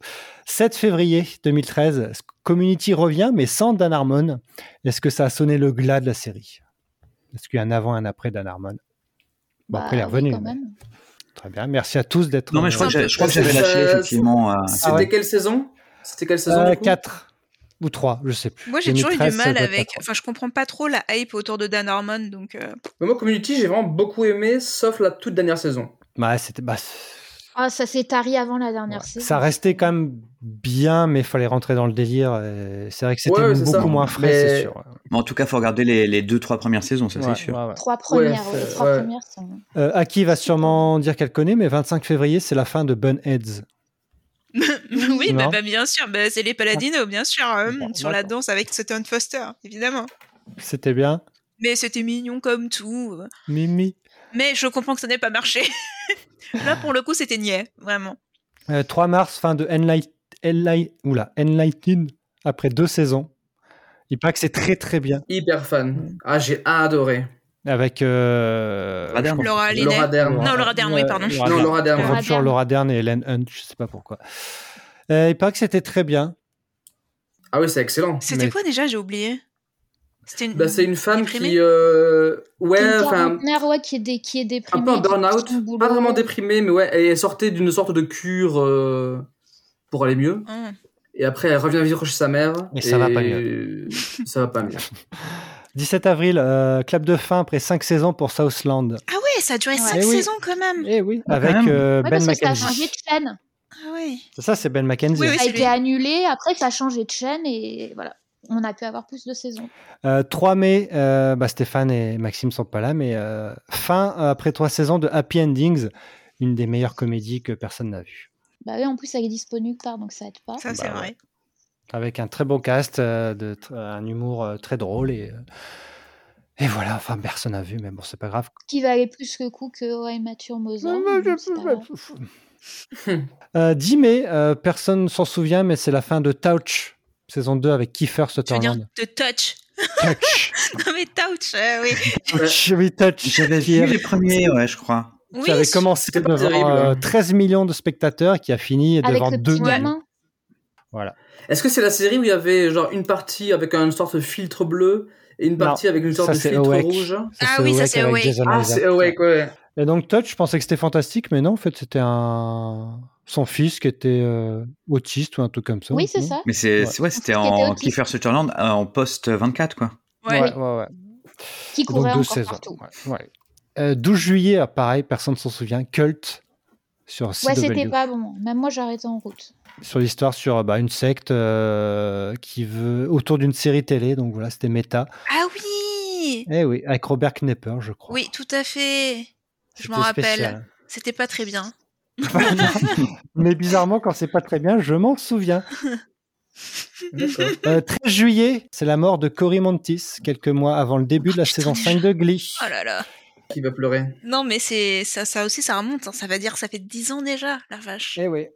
Speaker 1: 7 février 2013, Community revient, mais sans Dan Harmon. Est-ce que ça a sonné le glas de la série Est-ce qu'il y a un avant et un après Dan Harmon Bon,
Speaker 6: Bah
Speaker 1: après, il est
Speaker 6: oui,
Speaker 1: revenu.
Speaker 6: quand
Speaker 1: mais-
Speaker 6: même.
Speaker 1: Très bien. Merci à tous d'être.
Speaker 5: Non, mais je crois que j'ai- je crois que j'avais lâché,
Speaker 2: Euh,
Speaker 5: effectivement. euh,
Speaker 2: C'était
Speaker 1: Ah, ouais. Euh,
Speaker 2: quelle saison C'était quelle saison du coup
Speaker 1: 4 ou 3, je sais plus.
Speaker 4: Moi, j'ai toujours eu du
Speaker 1: 2013, ça
Speaker 4: mal
Speaker 1: doit être
Speaker 4: avec.
Speaker 1: la
Speaker 4: Enfin, je comprends pas trop la hype autour de Dan Harmon, donc. euh,
Speaker 2: Mais moi, Community, j'ai vraiment beaucoup aimé, sauf la toute dernière saison.
Speaker 1: Bah, c'était. bah, c'est-
Speaker 6: Ah, ça s'est tari avant la dernière
Speaker 1: ouais.
Speaker 6: saison.
Speaker 1: Ça restait quand même bien, mais il fallait rentrer dans le délire. et C'est vrai que c'était
Speaker 2: Ouais, ouais, c'est
Speaker 1: beaucoup
Speaker 2: ça.
Speaker 1: moins frais,
Speaker 2: Mais-
Speaker 1: c'est sûr.
Speaker 5: mais en tout cas, faut regarder les, les deux, trois premières saisons, ça
Speaker 1: Ouais,
Speaker 5: c'est sûr.
Speaker 1: ouais, ouais.
Speaker 6: Trois premières,
Speaker 2: Ouais,
Speaker 6: ouais, les
Speaker 2: c'est-
Speaker 6: trois
Speaker 2: ouais.
Speaker 6: premières sont.
Speaker 1: Euh, Aki va sûrement dire qu'elle connaît, mais 25 février, c'est la fin de Bunheads.
Speaker 4: oui, bah,
Speaker 1: Non.
Speaker 4: bah, bien sûr, bah, c'est les Paladino, bien sûr, euh,
Speaker 1: Bon,
Speaker 4: sur la
Speaker 1: d'accord.
Speaker 4: danse avec Sutton Foster, évidemment.
Speaker 1: C'était bien.
Speaker 4: Mais c'était mignon comme tout. euh.
Speaker 1: Mimi.
Speaker 4: Mais je comprends que ça n'ait pas marché. Là, pour le coup, c'était niais, vraiment.
Speaker 1: Euh, 3 mars, fin de Enlight... Enlight... Oula, Enlighten, après deux saisons. Il paraît que c'est très très bien.
Speaker 2: Hyper fan. Ah, j'ai adoré.
Speaker 1: Avec. euh,
Speaker 5: Laura
Speaker 1: je
Speaker 5: Dern.
Speaker 1: pense-
Speaker 4: Laura Linney.
Speaker 2: Laura Dern.
Speaker 4: Non, Ah, Laura Dern, oui, pardon.
Speaker 1: Laura
Speaker 2: Non,
Speaker 1: Dern.
Speaker 2: Laura
Speaker 1: Je
Speaker 2: Dern.
Speaker 1: confonds toujours
Speaker 6: Dern.
Speaker 1: Laura Dern et Hélène Hunt, je sais pas pourquoi. Euh, il paraît que c'était très bien.
Speaker 2: Ah oui, c'est excellent.
Speaker 4: C'était
Speaker 1: Mais-
Speaker 4: quoi déjà J'ai oublié. C'était une.
Speaker 2: Bah, c'est une femme
Speaker 4: Déprimée
Speaker 2: qui. euh, Ouais,
Speaker 6: une
Speaker 2: enfin.
Speaker 6: quarantenaire, ouais, qui est, dé- qui est déprimée.
Speaker 2: Un peu un
Speaker 6: qui cherche
Speaker 2: burn-out.
Speaker 6: son boulot.
Speaker 2: Pas vraiment déprimée, mais ouais, elle sortait d'une sorte de cure euh, pour aller mieux.
Speaker 4: Ah.
Speaker 2: Et après, elle revient vivre chez sa mère.
Speaker 1: Et ça va pas
Speaker 2: mieux. Ça va pas mieux.
Speaker 1: 17 avril, euh, clap de fin après 5 saisons pour Southland.
Speaker 4: Ah ouais, ça a duré
Speaker 6: Ouais.
Speaker 4: 5
Speaker 1: Eh oui.
Speaker 4: saisons quand même.
Speaker 1: Eh oui,
Speaker 5: Ah,
Speaker 1: avec
Speaker 5: quand même.
Speaker 1: euh,
Speaker 6: Ouais,
Speaker 1: Ben
Speaker 6: parce que ça a changé
Speaker 1: McKenzie.
Speaker 6: de chaîne.
Speaker 4: Ah ouais.
Speaker 1: Ça, c'est Ben McKenzie.
Speaker 4: Oui, oui.
Speaker 6: Ça a
Speaker 4: c'est lui.
Speaker 6: été annulé, après ça a changé de chaîne et voilà. On a pu avoir plus de saisons.
Speaker 1: Euh, 3 mai, euh, bah, Stéphane et Maxime sont pas là, mais euh, fin euh, après 3 saisons de Happy Endings, une des meilleures comédies que personne n'a vue.
Speaker 6: Bah oui, en plus, elle est disponible tard, donc ça aide pas.
Speaker 4: Ça, c'est
Speaker 1: Bah,
Speaker 4: vrai.
Speaker 1: Avec un très bon cast, euh, de, tr- un humour euh, très drôle et. euh, et voilà, enfin personne n'a vu, mais bon, c'est pas grave.
Speaker 6: Qui valait plus le coup que Ouais, Mathieu Mozart. donc c'est pas grave.
Speaker 1: Euh, 10 mai, euh, personne s'en souvient, mais c'est la fin de Touch, saison 2 avec Kiefer
Speaker 4: Tu veux dire
Speaker 1: Sutherland.
Speaker 4: de touch
Speaker 1: Touch.
Speaker 4: Non mais touch, euh, oui.
Speaker 1: Touch, oui, Touch.
Speaker 5: J'avais
Speaker 1: Qui
Speaker 5: vu
Speaker 1: avait-
Speaker 5: les premiers, ouais, je crois.
Speaker 4: oui
Speaker 1: qui avait commencé
Speaker 2: c'était pas
Speaker 1: devant
Speaker 2: terrible.
Speaker 1: euh, 13 millions de spectateurs, qui a fini
Speaker 6: Avec
Speaker 1: devant
Speaker 6: le
Speaker 1: 2
Speaker 6: petit
Speaker 1: millions.
Speaker 6: gamin.
Speaker 2: Est-ce que c'est la série où il y avait genre une partie avec une sorte de filtre bleu et une
Speaker 1: Non,
Speaker 2: partie avec une sorte
Speaker 1: ça,
Speaker 2: de
Speaker 1: c'est
Speaker 2: filtre
Speaker 1: Awake.
Speaker 2: rouge
Speaker 1: Ça,
Speaker 4: Ah oui, ça, c'est
Speaker 1: avec
Speaker 4: Awake.
Speaker 1: Jason
Speaker 2: Ah,
Speaker 1: Isaacs.
Speaker 2: c'est Awake, ouais.
Speaker 1: Et donc Touch, je pensais que c'était fantastique, mais non, en fait, c'était un... son fils qui était euh, autiste ou un truc comme ça.
Speaker 6: Oui, c'est
Speaker 1: non
Speaker 6: ça.
Speaker 5: Mais c'est
Speaker 1: Ouais.
Speaker 5: c'est- ouais, c'était
Speaker 6: Qui était
Speaker 5: en
Speaker 6: autiste.
Speaker 5: Kiefer Sutherland euh, en post 24 quoi.
Speaker 1: Ouais,
Speaker 4: Ouais.
Speaker 1: ouais, ouais.
Speaker 6: Qui
Speaker 1: Donc
Speaker 6: courait
Speaker 1: deux
Speaker 6: encore
Speaker 1: saisons.
Speaker 6: partout.
Speaker 1: ouais, ouais. Euh, 12 juillet, euh, pareil, personne ne s'en souvient, Cult sur
Speaker 6: Ouais,
Speaker 1: CW.
Speaker 6: c'était pas bon. Même moi, j'arrêtais en route.
Speaker 1: sur l'histoire sur euh, bah, une secte euh, qui veut autour d'une série télé donc voilà c'était méta
Speaker 4: Ah oui
Speaker 1: eh oui avec Robert Knepper je crois
Speaker 4: Oui, tout à fait. Je
Speaker 1: C'était
Speaker 4: m'en rappelle.
Speaker 1: spécial.
Speaker 4: C'était pas très bien.
Speaker 1: mais bizarrement quand c'est pas très bien je m'en souviens
Speaker 2: D'accord.
Speaker 1: Euh, 13 juillet c'est la mort de Cory Montis quelques mois avant le début de la
Speaker 4: Oh, putain,
Speaker 1: saison
Speaker 4: je-
Speaker 1: 5 de Glee
Speaker 4: Oh là là.
Speaker 2: Qui va pleurer
Speaker 4: Non mais c'est ça, ça aussi ça remonte. hein. Ça va dire que ça fait 10 ans déjà, la vache.
Speaker 1: eh oui.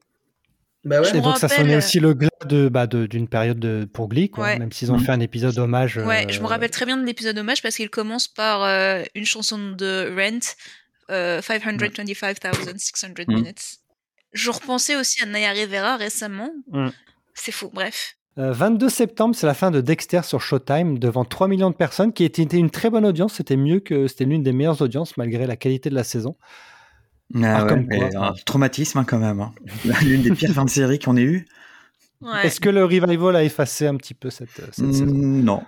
Speaker 2: Bah ouais.
Speaker 4: Je
Speaker 1: Et donc ça
Speaker 4: rappelle-
Speaker 1: sonnait aussi le glas de- bah, de- d'une période de, pour Glee, quoi,
Speaker 4: Ouais.
Speaker 1: même s'ils ont
Speaker 5: Mhm.
Speaker 1: fait un épisode hommage.
Speaker 4: Ouais, je me
Speaker 1: euh,
Speaker 4: rappelle très bien de l'épisode hommage parce qu'il commence par euh, une chanson de Rent, euh, 525,600
Speaker 5: Mm.
Speaker 4: minutes. Je repensais aussi à Naya Rivera récemment.
Speaker 1: Mm.
Speaker 4: C'est fou, bref.
Speaker 1: Euh, 22 septembre, c'est la fin de Dexter sur Showtime devant 3 millions de personnes, qui était était une très bonne audience. C'était mieux que c'était l'une des meilleures audiences malgré la qualité de la saison.
Speaker 5: Ah ouais,
Speaker 1: comme quoi.
Speaker 5: et un traumatisme hein, quand même. hein. L'une des pires fins de série qu'on ait eu.
Speaker 4: Ouais.
Speaker 1: Est-ce que le revival a effacé un petit peu cette, euh, cette saison
Speaker 5: Mm, non.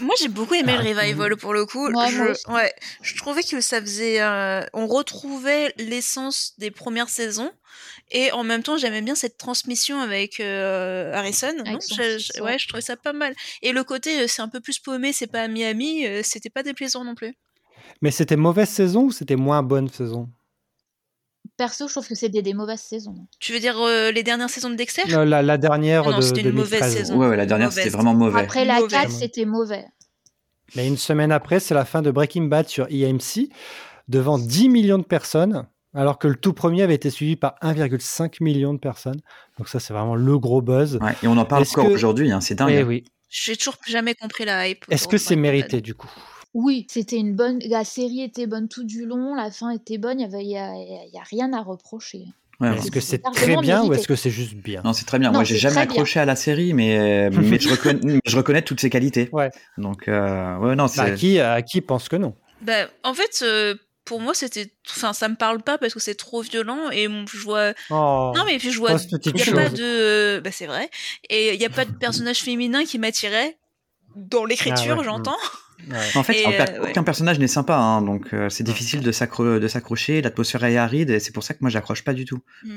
Speaker 4: Moi, j'ai beaucoup aimé
Speaker 1: Ah,
Speaker 4: le revival pour le coup.
Speaker 6: Ouais, moi aussi.
Speaker 4: je, ouais, je trouvais que ça faisait. euh, on retrouvait l'essence des premières saisons. Et en même temps, j'aimais bien cette transmission avec euh, Harrison. non
Speaker 6: son
Speaker 4: Je-
Speaker 6: fils,
Speaker 4: je-
Speaker 6: ouais.
Speaker 4: ouais, je trouvais ça pas mal. Et le côté, euh, c'est un peu plus paumé, c'est pas à Miami, euh, c'était pas déplaisant non plus.
Speaker 1: Mais c'était mauvaise saison ou c'était moins bonne saison
Speaker 6: Perso, je trouve que c'était des mauvaises saisons.
Speaker 4: Tu veux dire euh, les dernières saisons de Dexter
Speaker 1: Non, la, la dernière
Speaker 4: Ah Non, non,
Speaker 1: de
Speaker 4: c'était une mauvaise
Speaker 1: 2013.
Speaker 4: saison.
Speaker 5: Ouais, ouais, la dernière
Speaker 4: Mauvaise.
Speaker 5: c'était vraiment mauvais.
Speaker 6: Après la
Speaker 4: Mauvais.
Speaker 6: 4, c'était mauvais.
Speaker 1: Mais une semaine après, c'est la fin de Breaking Bad sur EMC devant 10 millions de personnes, alors que le tout premier avait été suivi par 1,5 million de personnes. Donc ça, c'est vraiment le gros buzz.
Speaker 5: Ouais, et on en parle
Speaker 1: Est-ce
Speaker 5: encore
Speaker 1: que-
Speaker 5: aujourd'hui, hein, c'est dingue.
Speaker 1: Eh oui.
Speaker 4: J'ai toujours jamais compris la hype.
Speaker 1: Est-ce
Speaker 4: autour
Speaker 1: que
Speaker 4: de
Speaker 1: c'est
Speaker 4: Breaking Bad.
Speaker 1: mérité du coup
Speaker 6: Oui, c'était une bonne. La série était bonne tout du long, la fin était bonne, il n'y y a, y a rien à reprocher.
Speaker 5: Ouais, ouais.
Speaker 1: Est-ce que c'est
Speaker 6: Largement
Speaker 1: très bien ou
Speaker 6: mérité.
Speaker 1: est-ce que c'est juste bien
Speaker 5: Non, c'est très bien.
Speaker 6: Non,
Speaker 5: Moi, j'ai
Speaker 6: c'est
Speaker 5: jamais
Speaker 6: très bien.
Speaker 5: accroché à la série, mais, mais je, reconnais, je reconnais toutes ses qualités.
Speaker 1: Ouais.
Speaker 5: Donc, euh, ouais, non,
Speaker 1: Bah,
Speaker 5: c'est.
Speaker 1: qui, à qui pense que non
Speaker 4: Bah, en fait, euh, pour moi, c'était, enfin, ça me parle pas parce que c'est trop violent et bon, je vois.
Speaker 1: Oh.
Speaker 4: Non, mais puis je vois,
Speaker 1: Oh, cette petite
Speaker 4: il y a
Speaker 1: chose.
Speaker 4: pas de, bah, c'est vrai, et il y a pas de personnage féminin qui m'attirait dans l'écriture,
Speaker 1: Ah ouais,
Speaker 4: j'entends.
Speaker 1: Ouais.
Speaker 5: En fait,
Speaker 4: Et,
Speaker 5: en fait,
Speaker 4: euh, ouais.
Speaker 5: aucun personnage n'est sympa, hein, donc euh, c'est difficile de s'accro- de s'accrocher. L'atmosphère est aride et c'est pour ça que moi j'accroche pas du tout.
Speaker 4: Je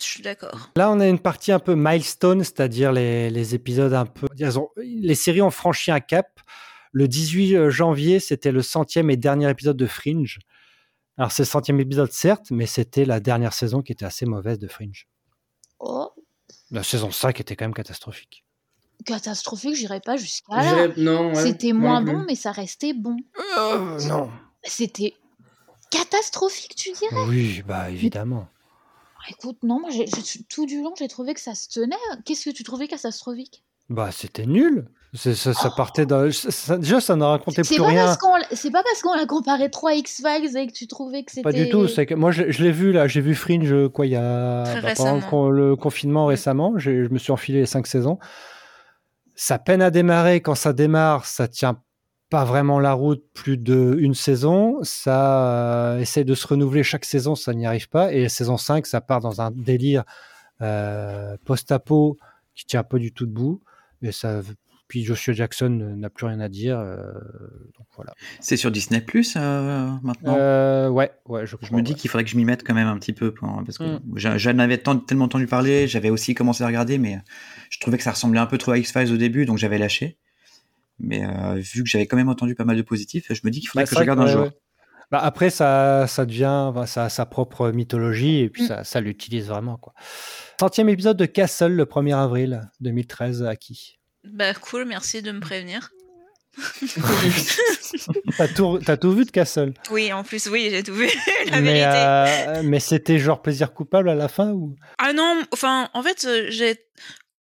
Speaker 4: suis d'accord.
Speaker 1: Là, on a une partie un peu milestone, c'est-à-dire les, les épisodes un peu. disons, les séries ont franchi un cap. Le 18 janvier, c'était le centième et dernier épisode de Fringe. Alors, c'est le centième épisode, certes, mais c'était la dernière saison qui était assez mauvaise de Fringe.
Speaker 6: Oh,
Speaker 1: La saison 5 était quand même catastrophique.
Speaker 6: catastrophique, j'irai pas jusqu'à là.
Speaker 2: J'irais- Non, ouais,
Speaker 6: Ah, C'était
Speaker 2: moi
Speaker 6: moins
Speaker 2: non plus.
Speaker 6: bon, mais ça restait bon.
Speaker 5: Oh.
Speaker 1: non.
Speaker 6: C'était catastrophique, tu dirais
Speaker 1: Oui, bah évidemment.
Speaker 6: Écoute, non, moi, j'ai- j'ai- tout du long, j'ai trouvé que ça se tenait. Qu'est-ce que tu trouvais catastrophique
Speaker 1: Bah, c'était nul. C'est- Ça, ça partait dans. ça- ça- déjà, ça ne racontait
Speaker 6: Oh. C'est
Speaker 1: plus
Speaker 6: pas,
Speaker 1: rien.
Speaker 6: parce qu'on l- c'est pas parce qu'on a comparé 3 X-Files et que tu trouvais que c'était.
Speaker 1: Pas du tout. C'est que moi, je, je l'ai vu là. J'ai vu Fringe euh, quoi il y a
Speaker 4: Très
Speaker 1: pendant le
Speaker 4: récemment. Mm.
Speaker 1: con- le confinement récemment. j'ai- Je me suis enfilé les cinq saisons. Ça peine à démarrer. Quand ça démarre, ça tient pas vraiment la route plus d'une saison. Ça euh, essaie de se renouveler chaque saison, ça n'y arrive pas. Et saison 5, ça part dans un délire euh, post-apo qui tient pas du tout debout. Et ça, puis Joshua Jackson n'a plus rien à dire. euh, donc voilà.
Speaker 5: C'est sur Disney Plus maintenant.
Speaker 1: Euh, ouais, ouais, je,
Speaker 5: je
Speaker 1: crois,
Speaker 5: me dis
Speaker 1: ouais.
Speaker 5: qu'il faudrait que je m'y mette quand même un petit peu pour- parce que
Speaker 1: Mm.
Speaker 5: j'a- j'en avais tant- tellement entendu parler. J'avais aussi commencé à regarder, mais euh, je trouvais que ça ressemblait un peu trop à X Files au début, donc j'avais lâché. Mais euh, vu que j'avais quand même entendu pas mal de positifs, je me dis qu'il faudrait
Speaker 1: Bah,
Speaker 5: que je
Speaker 1: c'est vrai
Speaker 5: regarde
Speaker 1: que-
Speaker 5: un jour.
Speaker 1: ouais, ouais. Bah, après, ça, ça devient, enfin, ça a sa propre mythologie et puis
Speaker 6: Mm.
Speaker 1: ça, ça l'utilise vraiment. Quoi. Centième épisode de Castle le 1er avril 2013 acquis.
Speaker 4: Bah cool, merci de me prévenir.
Speaker 1: T'as tout, t'as tout vu de Castle
Speaker 4: Oui, en plus, oui, j'ai tout vu, la
Speaker 1: Mais,
Speaker 4: vérité.
Speaker 1: euh, mais c'était genre plaisir coupable à la fin ou
Speaker 4: Ah non, enfin, en fait, euh, j'ai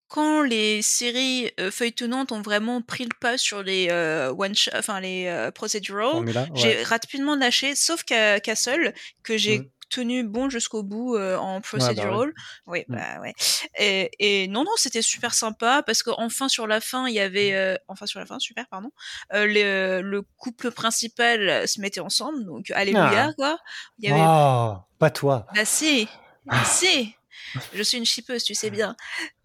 Speaker 4: quand les séries euh, feuilletonnantes ont vraiment pris le pas sur les euh, one shot, enfin les euh, procedural,
Speaker 1: Formula Ouais.
Speaker 4: j'ai rapidement lâché, sauf qu'à Castle que j'ai
Speaker 1: Mm.
Speaker 4: tenu bon jusqu'au bout euh, en
Speaker 1: bah ouais.
Speaker 4: procedural. Oui,
Speaker 1: Mm.
Speaker 4: bah ouais. Et, et non, non, c'était super sympa parce que enfin sur la fin, il y
Speaker 1: Mmh.
Speaker 4: avait euh, enfin sur la fin, super, pardon, euh, le, le couple principal euh, se mettait ensemble, donc alléluia
Speaker 1: Ah.
Speaker 4: quoi. Il y avait
Speaker 1: Oh, pas toi.
Speaker 4: bah si,
Speaker 1: Ah.
Speaker 4: si. Je suis une chipeuse, tu sais bien.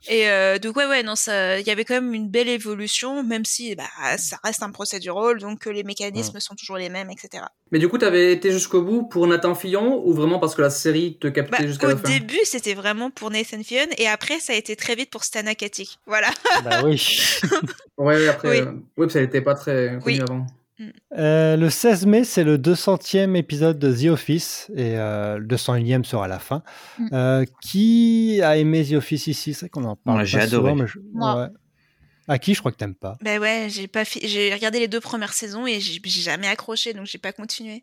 Speaker 4: Et euh, donc ouais, ouais, non, ça, il y avait quand même une belle évolution, même si bah ça reste un procédural, donc euh,
Speaker 1: Mmh.
Speaker 4: les mécanismes sont toujours les mêmes, etc.
Speaker 2: Mais du coup, t'avais été jusqu'au bout pour Nathan Fillon ou vraiment parce que la série te
Speaker 4: Bah,
Speaker 2: captait jusqu'à
Speaker 4: au
Speaker 2: la fin
Speaker 4: début, c'était vraiment pour Nathan Fillion, et après, ça a été très vite pour Stan Akatic. Voilà.
Speaker 1: bah oui.
Speaker 2: Ouais, ouais, après,
Speaker 4: Oui.
Speaker 2: euh, ouais, ça n'était pas très connu
Speaker 4: Oui.
Speaker 2: avant.
Speaker 1: Euh, le 16 mai, c'est le 200e épisode de The Office, et euh, le 201e sera la fin.
Speaker 6: Mm.
Speaker 1: Euh, qui a aimé The Office ici C'est vrai qu'on en parle.
Speaker 5: Moi, j'ai
Speaker 1: pas
Speaker 5: adoré.
Speaker 1: souvent, mais je-
Speaker 6: Moi.
Speaker 1: ouais. À qui je crois que t'aimes pas
Speaker 4: Bah ouais, j'ai pas, fi- j'ai regardé les deux premières saisons et j'ai j'ai jamais accroché, donc j'ai pas continué.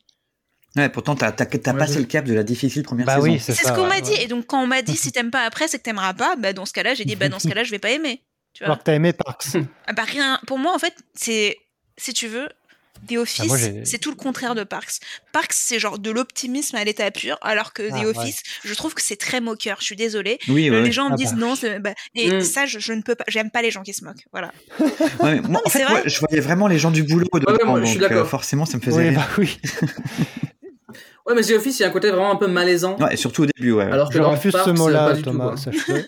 Speaker 5: Ouais, pourtant t'as t'as- t'as
Speaker 2: Ouais,
Speaker 5: passé
Speaker 2: je-
Speaker 5: le cap de la difficile première
Speaker 1: Bah
Speaker 5: saison.
Speaker 1: oui, c'est
Speaker 4: C'est
Speaker 1: ça,
Speaker 4: ce qu'on
Speaker 1: ouais,
Speaker 4: m'a
Speaker 1: ouais.
Speaker 4: dit, et donc quand on m'a dit si t'aimes pas après, c'est que t'aimeras pas. Bah dans ce cas-là, j'ai dit bah dans ce cas-là, je vais pas aimer. Tu vois.
Speaker 1: Alors que t'as aimé Parks.
Speaker 4: Ah bah rien. Pour moi, en fait, c'est, si tu veux, The Office,
Speaker 1: Ah, moi, j'ai-
Speaker 4: c'est tout le contraire de Parks. Parks, c'est genre de l'optimisme à l'état pur, alors que
Speaker 1: Ah,
Speaker 4: The
Speaker 1: ouais.
Speaker 4: Office, je trouve que c'est très moqueur. Je suis désolée.
Speaker 5: Oui, ouais,
Speaker 4: Les
Speaker 5: ouais.
Speaker 4: gens
Speaker 1: Ah
Speaker 4: me disent
Speaker 1: bah.
Speaker 4: non, c'est- bah, et
Speaker 2: Mm.
Speaker 4: ça, je, je ne peux pas. J'aime pas les gens qui se moquent. Voilà.
Speaker 5: Ouais, mais moi, en
Speaker 4: mais c'est
Speaker 5: fait, moi,
Speaker 4: vrai.
Speaker 5: je voyais vraiment les gens du boulot dedans,
Speaker 2: Ouais, ouais, moi, je suis
Speaker 5: donc, euh,
Speaker 2: d'accord.
Speaker 5: forcément, ça me faisait
Speaker 1: Oui,
Speaker 5: rire.
Speaker 1: bah oui.
Speaker 2: Ouais, mais The Office, il y a un côté vraiment un peu malaisant.
Speaker 5: Ouais, surtout au début, ouais. ouais.
Speaker 2: Alors que
Speaker 1: Je
Speaker 2: dans
Speaker 1: refuse
Speaker 2: Parks,
Speaker 1: ce
Speaker 2: pas
Speaker 1: mot-là,
Speaker 2: du tout,
Speaker 1: Thomas,
Speaker 2: quoi.
Speaker 1: sache-le.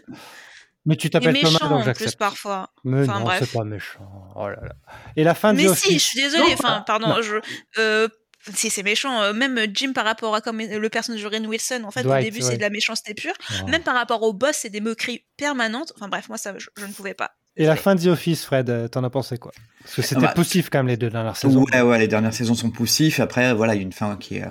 Speaker 1: Mais tu
Speaker 4: Et
Speaker 1: t'appelles
Speaker 4: méchant
Speaker 1: Thomas, donc
Speaker 4: en plus
Speaker 1: j'accepte.
Speaker 4: parfois.
Speaker 1: Mais
Speaker 4: Enfin,
Speaker 1: non,
Speaker 4: bref.
Speaker 1: c'est pas méchant. Oh là là. Et la fin de The
Speaker 4: Mais si,
Speaker 1: Office.
Speaker 4: je suis désolée.
Speaker 2: Non,
Speaker 4: Enfin, pardon.
Speaker 1: non.
Speaker 4: Je, euh, si c'est méchant, euh, même Jim par rapport à comme le personnage de Ren Wilson, en fait, au
Speaker 1: Dwight,
Speaker 4: début,
Speaker 1: ouais.
Speaker 4: c'est de la méchanceté pure.
Speaker 1: Oh.
Speaker 4: Même par rapport au boss, c'est des moqueries permanentes. Enfin bref, moi, ça, je- je ne pouvais pas.
Speaker 1: Et la fin de The Office, Fred, euh, t'en as pensé quoi Parce que c'était
Speaker 5: bah,
Speaker 1: poussif quand même les deux dernières saisons.
Speaker 5: Ouais, ouais, les dernières saisons sont poussifs. Après, voilà, il y a une fin qui est, euh,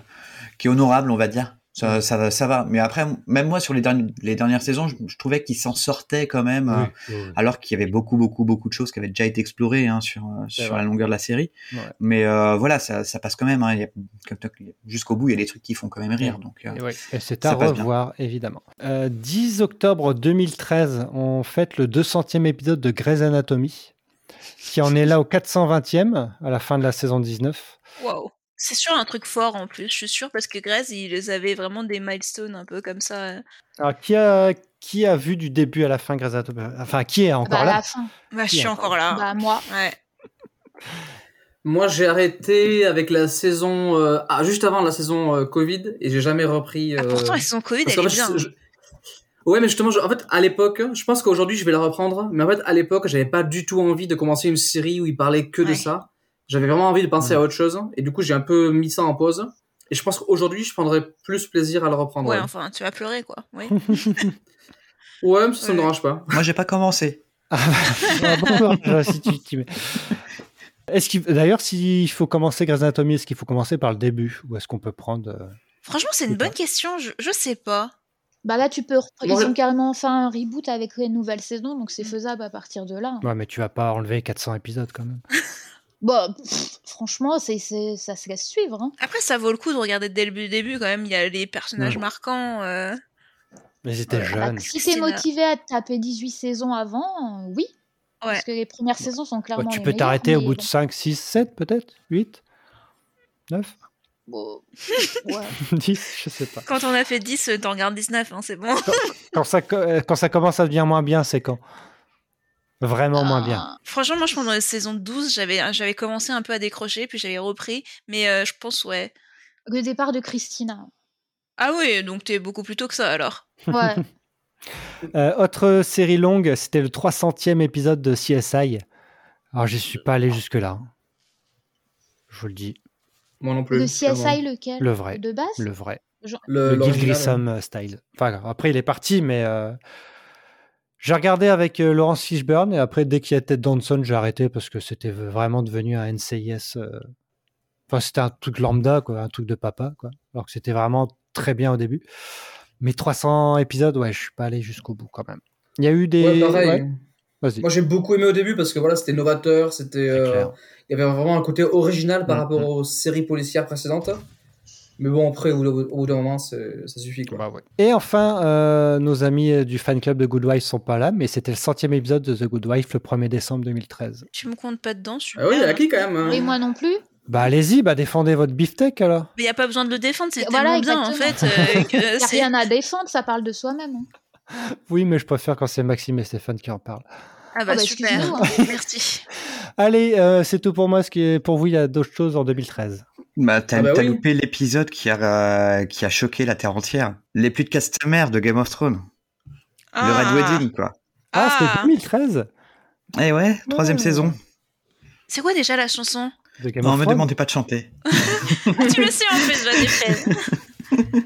Speaker 5: qui est honorable, on va dire. Ça, ça, va- ça va. Mais après, même moi, sur les, dernières les dernières saisons, je, je trouvais qu'ils s'en sortaient quand même, euh,
Speaker 1: Oui, oui.
Speaker 5: alors qu'il y avait beaucoup, beaucoup, beaucoup de choses qui avaient déjà été explorées hein, sur, euh,
Speaker 1: C'est
Speaker 5: sur
Speaker 1: vrai.
Speaker 5: la longueur de la série.
Speaker 1: Ouais.
Speaker 5: Mais euh, voilà, ça, ça passe quand même. hein. Il y a- comme toi, Jusqu'au bout, il y a des trucs qui font quand même rire.
Speaker 1: Ouais.
Speaker 5: Donc, euh,
Speaker 1: Et, ouais, et c'est
Speaker 5: Ça
Speaker 1: à
Speaker 5: passe bien.
Speaker 1: revoir, évidemment. Euh, 10 octobre 2013, on fête le 200e épisode de Grey's Anatomy, qui en est là au 420e, à la fin de la saison 19.
Speaker 4: Wow. C'est sûr un truc fort en plus, je suis sûre, parce que Grèce, ils avaient vraiment des milestones un peu comme ça.
Speaker 1: Alors, qui a, qui a vu du début à la fin Grey's Anatomy Enfin, qui est
Speaker 6: Bah,
Speaker 1: encore
Speaker 6: à
Speaker 1: là
Speaker 6: la fin.
Speaker 4: Bah, je
Speaker 1: Qui
Speaker 4: suis
Speaker 1: encore
Speaker 4: encore là.
Speaker 6: Bah, moi.
Speaker 4: Ouais.
Speaker 2: Moi, j'ai arrêté avec la saison euh, ah, juste avant la saison euh, Covid et j'ai jamais repris.
Speaker 4: Ah,
Speaker 2: euh,
Speaker 4: pourtant, ils sont Covid,
Speaker 2: parce
Speaker 4: elle
Speaker 2: qu'en
Speaker 4: est
Speaker 2: fait,
Speaker 4: bien. hein.
Speaker 2: je- Ouais, mais justement, je- en fait, à l'époque, je pense qu'aujourd'hui, je vais la reprendre. Mais en fait, à l'époque, j'avais pas du tout envie de commencer une série où il parlait que de
Speaker 4: Ouais.
Speaker 2: ça. J'avais vraiment envie de penser à autre chose. Et du coup, j'ai un peu mis ça en pause. Et je pense qu'aujourd'hui, je prendrais plus plaisir à le reprendre.
Speaker 4: Ouais,
Speaker 2: Ouais,
Speaker 4: enfin, tu vas pleurer, quoi. Oui.
Speaker 2: Ouais, mais ça, ça me
Speaker 4: Ouais.
Speaker 2: dérange pas.
Speaker 5: Moi, j'ai pas commencé.
Speaker 1: Ah, bon courage, euh, si tu t'y mets. Est-ce qu'il- d'ailleurs, s'il faut commencer Grey's Anatomy, est-ce qu'il faut commencer par le début ou est-ce qu'on peut prendre euh,
Speaker 4: Franchement, c'est
Speaker 1: Je
Speaker 4: une
Speaker 1: sais pas.
Speaker 4: bonne question. Je, je sais pas.
Speaker 6: Bah là, tu peux. re- Ils
Speaker 2: Moi, je-
Speaker 6: ont carrément fait un reboot avec une nouvelle saison, donc
Speaker 2: Mm.
Speaker 6: c'est faisable à partir de là.
Speaker 1: Ouais, mais tu vas pas enlever 400 épisodes quand même.
Speaker 6: Bon, pff, franchement, c'est c'est- ça se laisse suivre. hein.
Speaker 4: Après, ça vaut le coup de regarder dès le début, début quand même. Il y a les personnages
Speaker 1: Ouais.
Speaker 4: marquants. euh,
Speaker 1: Mais ils étaient jeunes.
Speaker 6: Bah, si t'es
Speaker 4: Christina.
Speaker 6: motivé à te taper 18 saisons avant, euh, oui.
Speaker 4: Ouais.
Speaker 6: Parce que les premières saisons sont
Speaker 1: Ouais,
Speaker 6: clairement.
Speaker 1: Bah, tu
Speaker 6: les
Speaker 1: peux
Speaker 6: meilleures,
Speaker 1: t'arrêter au
Speaker 6: mais
Speaker 1: bout de 5, 6, 7 peut-être 8 9
Speaker 6: bon, bon, ouais.
Speaker 1: 10 Je sais pas.
Speaker 4: Quand on a fait 10, euh, t'en regardes 19, hein, c'est bon.
Speaker 1: Quand ça, co- euh, quand ça commence à devenir moins bien, c'est quand Vraiment moins bien.
Speaker 6: Ah,
Speaker 4: Franchement, moi, je pense dans la saison 12, j'avais euh, j'avais commencé un peu à décrocher, puis j'avais repris. Mais euh, je pense, ouais.
Speaker 6: Le départ de Christina.
Speaker 4: Ah oui, donc t'es beaucoup plus tôt que ça alors.
Speaker 6: Ouais. Ah.
Speaker 1: Euh, autre série longue, c'était le 300e épisode de CSI. Alors, je Ah, suis pas allé
Speaker 6: Ah.
Speaker 1: jusque-là. hein. Je vous le dis,
Speaker 2: Moi non plus.
Speaker 6: le
Speaker 2: clairement.
Speaker 6: CSI lequel
Speaker 1: le vrai.
Speaker 6: De base
Speaker 1: Le vrai.
Speaker 2: Le,
Speaker 1: Le Gil
Speaker 2: l'original,
Speaker 1: Grissom euh, style. Enfin, après, il est parti, mais euh, j'ai regardé avec euh, Laurence Fishburne et après, dès qu'il y a Ted Danson, j'ai arrêté parce que c'était v- vraiment devenu un NCIS. euh, Enfin, c'était un truc lambda, quoi, un truc de papa, quoi. Alors que c'était vraiment très bien au début. Mais 300 épisodes, ouais, je suis pas allé jusqu'au bout quand même. Il y a eu des.
Speaker 2: Ouais, pareil.
Speaker 1: ouais, vas-y.
Speaker 2: Moi, j'ai beaucoup aimé au début parce que voilà, c'était novateur, c'était.
Speaker 1: C'est
Speaker 2: euh,
Speaker 1: clair.
Speaker 2: il y avait vraiment un côté original par
Speaker 1: Mhm.
Speaker 2: rapport aux séries policières précédentes. Mais bon, après, au, au- au bout d'un moment, c'est- ça suffit. Quoi.
Speaker 1: Et enfin, euh, nos amis euh, du fan club de Good Wife sont pas là, mais c'était le centième épisode de The Good Wife le 1er décembre 2013.
Speaker 4: Tu me comptes pas dedans, super.
Speaker 2: Ah oui, il y a la clé quand même. hein.
Speaker 6: Et moi non plus.
Speaker 1: Bah allez-y, bah défendez votre beefsteak alors.
Speaker 4: Mais il n'y a pas besoin de le défendre, c'est
Speaker 6: Voilà,
Speaker 4: tellement bien en fait.
Speaker 6: exactement.
Speaker 4: euh, que
Speaker 6: Y a
Speaker 4: c'est-
Speaker 6: rien à défendre, ça parle de soi-même. hein.
Speaker 1: Oui, mais je préfère quand c'est Maxime et Stéphane qui en parlent.
Speaker 4: Ah bah,
Speaker 6: bah,
Speaker 4: super,
Speaker 6: excuse-nous,
Speaker 4: merci.
Speaker 1: Allez, euh, c'est tout pour moi. Ce qui est pour vous, il y a d'autres choses en 2013.
Speaker 5: Bah, t'as
Speaker 2: Ah bah
Speaker 5: t'as
Speaker 2: oui.
Speaker 5: loupé l'épisode qui a, euh, qui a choqué la Terre entière. Les plus de Castamere de Game of Thrones.
Speaker 4: Ah.
Speaker 5: Le Red Wedding, quoi.
Speaker 1: Ah,
Speaker 4: Ah.
Speaker 1: c'était 2013.
Speaker 5: Eh ouais, troisième
Speaker 1: Ouais.
Speaker 5: saison.
Speaker 4: C'est quoi déjà la chanson
Speaker 1: De Game
Speaker 5: Non,
Speaker 1: of
Speaker 5: me
Speaker 1: Thrones.
Speaker 5: demandez pas de chanter.
Speaker 4: Ah, tu le sais en fait, je l'avais fait.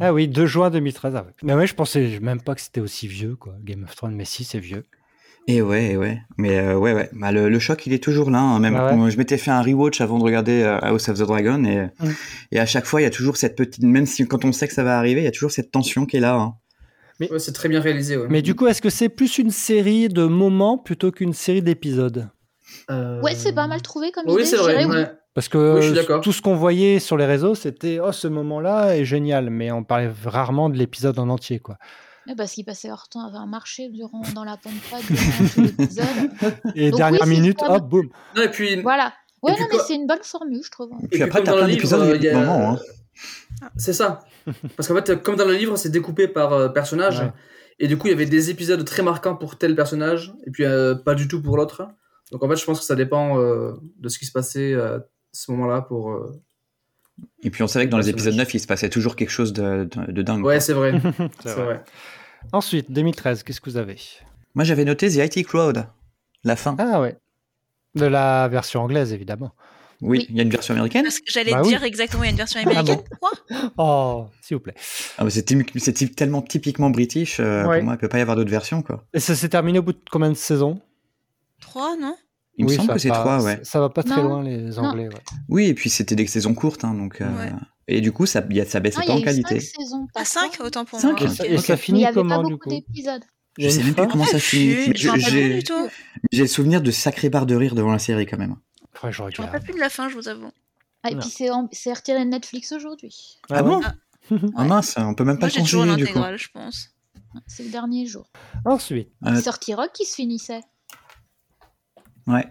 Speaker 1: Ah oui, 2 juin 2013. Ah, ouais. Mais ouais, je pensais même pas que c'était aussi vieux, quoi. Game of Thrones, mais si, c'est vieux.
Speaker 5: Et ouais, eh ouais. Mais euh, ouais, ouais. Bah, le, le choc, il est toujours là. hein. Même
Speaker 1: Ah ouais.
Speaker 5: quand je m'étais fait un rewatch avant de regarder euh, House of the Dragon, et,
Speaker 1: Mm.
Speaker 5: et à chaque fois, il y a toujours cette petite. Même si quand on sait que ça va arriver, il y a toujours cette tension qui est là. hein.
Speaker 2: Ouais, c'est très bien réalisé. Ouais,
Speaker 1: Mais du coup, est-ce que c'est plus une série de moments plutôt qu'une série d'épisodes
Speaker 2: Euh,
Speaker 6: Ouais, c'est pas mal trouvé comme
Speaker 2: Oui,
Speaker 6: idée.
Speaker 2: c'est vrai.
Speaker 6: je dirais oui.
Speaker 2: ouais.
Speaker 1: Parce que
Speaker 2: Oui, je suis d'accord.
Speaker 1: tout ce qu'on voyait sur les réseaux, c'était oh ce moment-là est génial, mais on parlait rarement de l'épisode en entier, quoi.
Speaker 6: Ouais, parce qu'ils passaient leur temps à faire marcher durant, dans la pompe pas durant tout l'épisode.
Speaker 1: Et
Speaker 6: Donc
Speaker 1: dernière
Speaker 6: oui, c'est
Speaker 1: minute,
Speaker 6: comme-
Speaker 1: hop, boum.
Speaker 2: Non, et puis,
Speaker 6: Voilà. Ouais,
Speaker 2: puis
Speaker 6: non, mais
Speaker 2: quoi-
Speaker 6: c'est une bonne formule, je trouve.
Speaker 5: Puis,
Speaker 2: puis
Speaker 5: après,
Speaker 2: comme
Speaker 5: t'as
Speaker 2: dans
Speaker 5: plein
Speaker 2: le
Speaker 5: d'épisodes
Speaker 2: livre, euh,
Speaker 5: au bout
Speaker 2: il y a-
Speaker 5: de moments, hein.
Speaker 2: c'est ça. Parce qu'en fait, euh, comme dans le livre, c'est découpé par euh, personnage.
Speaker 1: Ouais.
Speaker 2: Et du coup, il y avait des épisodes très marquants pour tel personnage, et puis euh, pas du tout pour l'autre. Donc en fait, je pense que ça dépend euh, de ce qui se passait euh, à ce moment-là pour. euh,
Speaker 5: Et puis on savait que dans les
Speaker 2: Personnage.
Speaker 5: épisodes 9, il se passait toujours quelque chose de, de- de dingue.
Speaker 2: Ouais,
Speaker 5: quoi.
Speaker 2: c'est vrai.
Speaker 1: C'est
Speaker 2: c'est
Speaker 1: vrai.
Speaker 2: vrai.
Speaker 1: Ensuite, 2013, qu'est-ce que vous avez
Speaker 5: Moi, j'avais noté The IT Crowd. La fin.
Speaker 1: Ah ouais, de la version anglaise évidemment.
Speaker 5: oui,
Speaker 6: oui.
Speaker 5: il y a une version américaine.
Speaker 4: Parce que j'allais
Speaker 1: Bah oui.
Speaker 4: dire exactement, il y a une version
Speaker 1: bon.
Speaker 4: américaine. Quoi
Speaker 1: Oh, s'il vous plaît.
Speaker 5: Ah, mais c'est typ- c'est typ- tellement typiquement british. euh,
Speaker 1: Ouais.
Speaker 5: Pour moi, il peut pas y avoir d'autres versions, quoi.
Speaker 1: Et ça s'est terminé au bout de combien de saisons
Speaker 4: Trois, non Ah,
Speaker 5: Il
Speaker 1: Oui,
Speaker 5: me semble
Speaker 1: ça
Speaker 5: que c'est
Speaker 1: va pas-
Speaker 5: trois, ouais.
Speaker 1: ça- Ça va pas très
Speaker 6: Non.
Speaker 1: loin les Anglais. ouais.
Speaker 5: Oui, et puis c'était des saisons courtes, hein, donc. euh,
Speaker 4: Ouais.
Speaker 5: Et du coup, ça, y a- ça baissait
Speaker 6: Non, il y
Speaker 5: pas
Speaker 6: a
Speaker 5: en
Speaker 6: eu
Speaker 5: qualité.
Speaker 6: 5 saisons.
Speaker 4: À
Speaker 6: pas
Speaker 4: cinq,
Speaker 6: trois.
Speaker 4: autant pour
Speaker 5: Cinq,
Speaker 4: moi.
Speaker 1: Et, ça,
Speaker 4: ok.
Speaker 1: et ça
Speaker 5: Ok.
Speaker 6: Mais il n'y
Speaker 1: finit
Speaker 6: avait
Speaker 1: comment
Speaker 6: pas
Speaker 1: du
Speaker 6: beaucoup
Speaker 1: coup
Speaker 6: d'épisodes.
Speaker 1: Il y a
Speaker 5: Je sais
Speaker 1: une
Speaker 5: même
Speaker 1: fin
Speaker 5: plus comment ça
Speaker 4: Je
Speaker 5: finit.
Speaker 4: je m'en
Speaker 5: Je-
Speaker 4: rappelle plus
Speaker 5: J'ai
Speaker 4: du tout.
Speaker 5: j'ai le souvenir de sacré barre de rire devant la série quand même.
Speaker 1: Faudrait que je
Speaker 4: Je me
Speaker 1: regarde.
Speaker 4: rappelle plus de la fin, je vous avoue.
Speaker 6: Ah, et
Speaker 1: Non.
Speaker 6: puis c'est en- c'est retiré de Netflix aujourd'hui.
Speaker 5: Ah, bon
Speaker 1: ouais.
Speaker 5: ah. mince, on peut même pas
Speaker 4: Moi,
Speaker 5: le
Speaker 4: j'ai toujours
Speaker 5: continuer du coup.
Speaker 4: l'intégrale, je pense.
Speaker 6: C'est le dernier jour.
Speaker 1: Ensuite,
Speaker 5: Euh,
Speaker 6: Sortie rock qui se finissait.
Speaker 5: Ouais.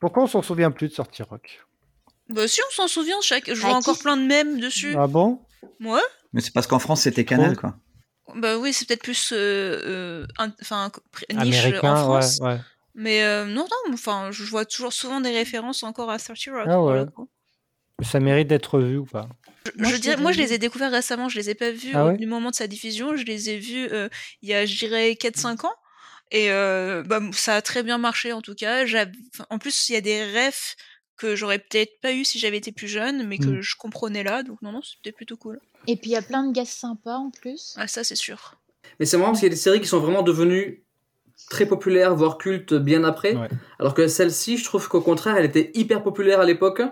Speaker 1: pourquoi on s'en souvient plus de Sortie Rock
Speaker 4: Bah, si on s'en souvient, chaque... je
Speaker 6: Ah,
Speaker 4: vois
Speaker 6: qui
Speaker 4: encore plein de mèmes dessus.
Speaker 1: Ah bon
Speaker 4: Moi
Speaker 5: Mais c'est parce qu'en France c'était Canal quoi.
Speaker 4: Bah oui, c'est peut-être plus euh, euh, un- enfin, pr- niche euh,
Speaker 1: Américain,
Speaker 4: en France.
Speaker 1: ouais, ouais.
Speaker 4: Mais euh, non, non, enfin, je vois toujours souvent des références encore à 30 Rock.
Speaker 1: Ah
Speaker 4: pour
Speaker 1: ouais.
Speaker 4: le coup.
Speaker 1: Ça mérite d'être vu ou pas
Speaker 4: Je-
Speaker 6: Moi,
Speaker 4: je
Speaker 6: je
Speaker 4: dirais-
Speaker 6: les ai
Speaker 4: moi, je
Speaker 6: vus.
Speaker 4: les ai découverts récemment. Je les ai pas vus
Speaker 1: Ah
Speaker 4: au
Speaker 1: ouais
Speaker 4: du moment de sa diffusion. Je les ai vus euh, il y a, je dirais, 4-5 ans. Et euh, bah, ça a très bien marché en tout cas. J'av- enfin, En plus, il y a des refs que j'aurais peut-être pas eu si j'avais été plus jeune, mais que
Speaker 1: Mm.
Speaker 4: je comprenais là. Donc non, non, c'était plutôt cool.
Speaker 6: Et puis il y a plein de gars sympas en plus.
Speaker 4: Ah ça, c'est sûr.
Speaker 2: Mais c'est marrant parce qu'il y a des séries qui sont vraiment devenues très populaires, voire cultes bien après.
Speaker 1: Ouais.
Speaker 2: Alors que celle-ci, je trouve qu'au contraire, elle était hyper populaire à l'époque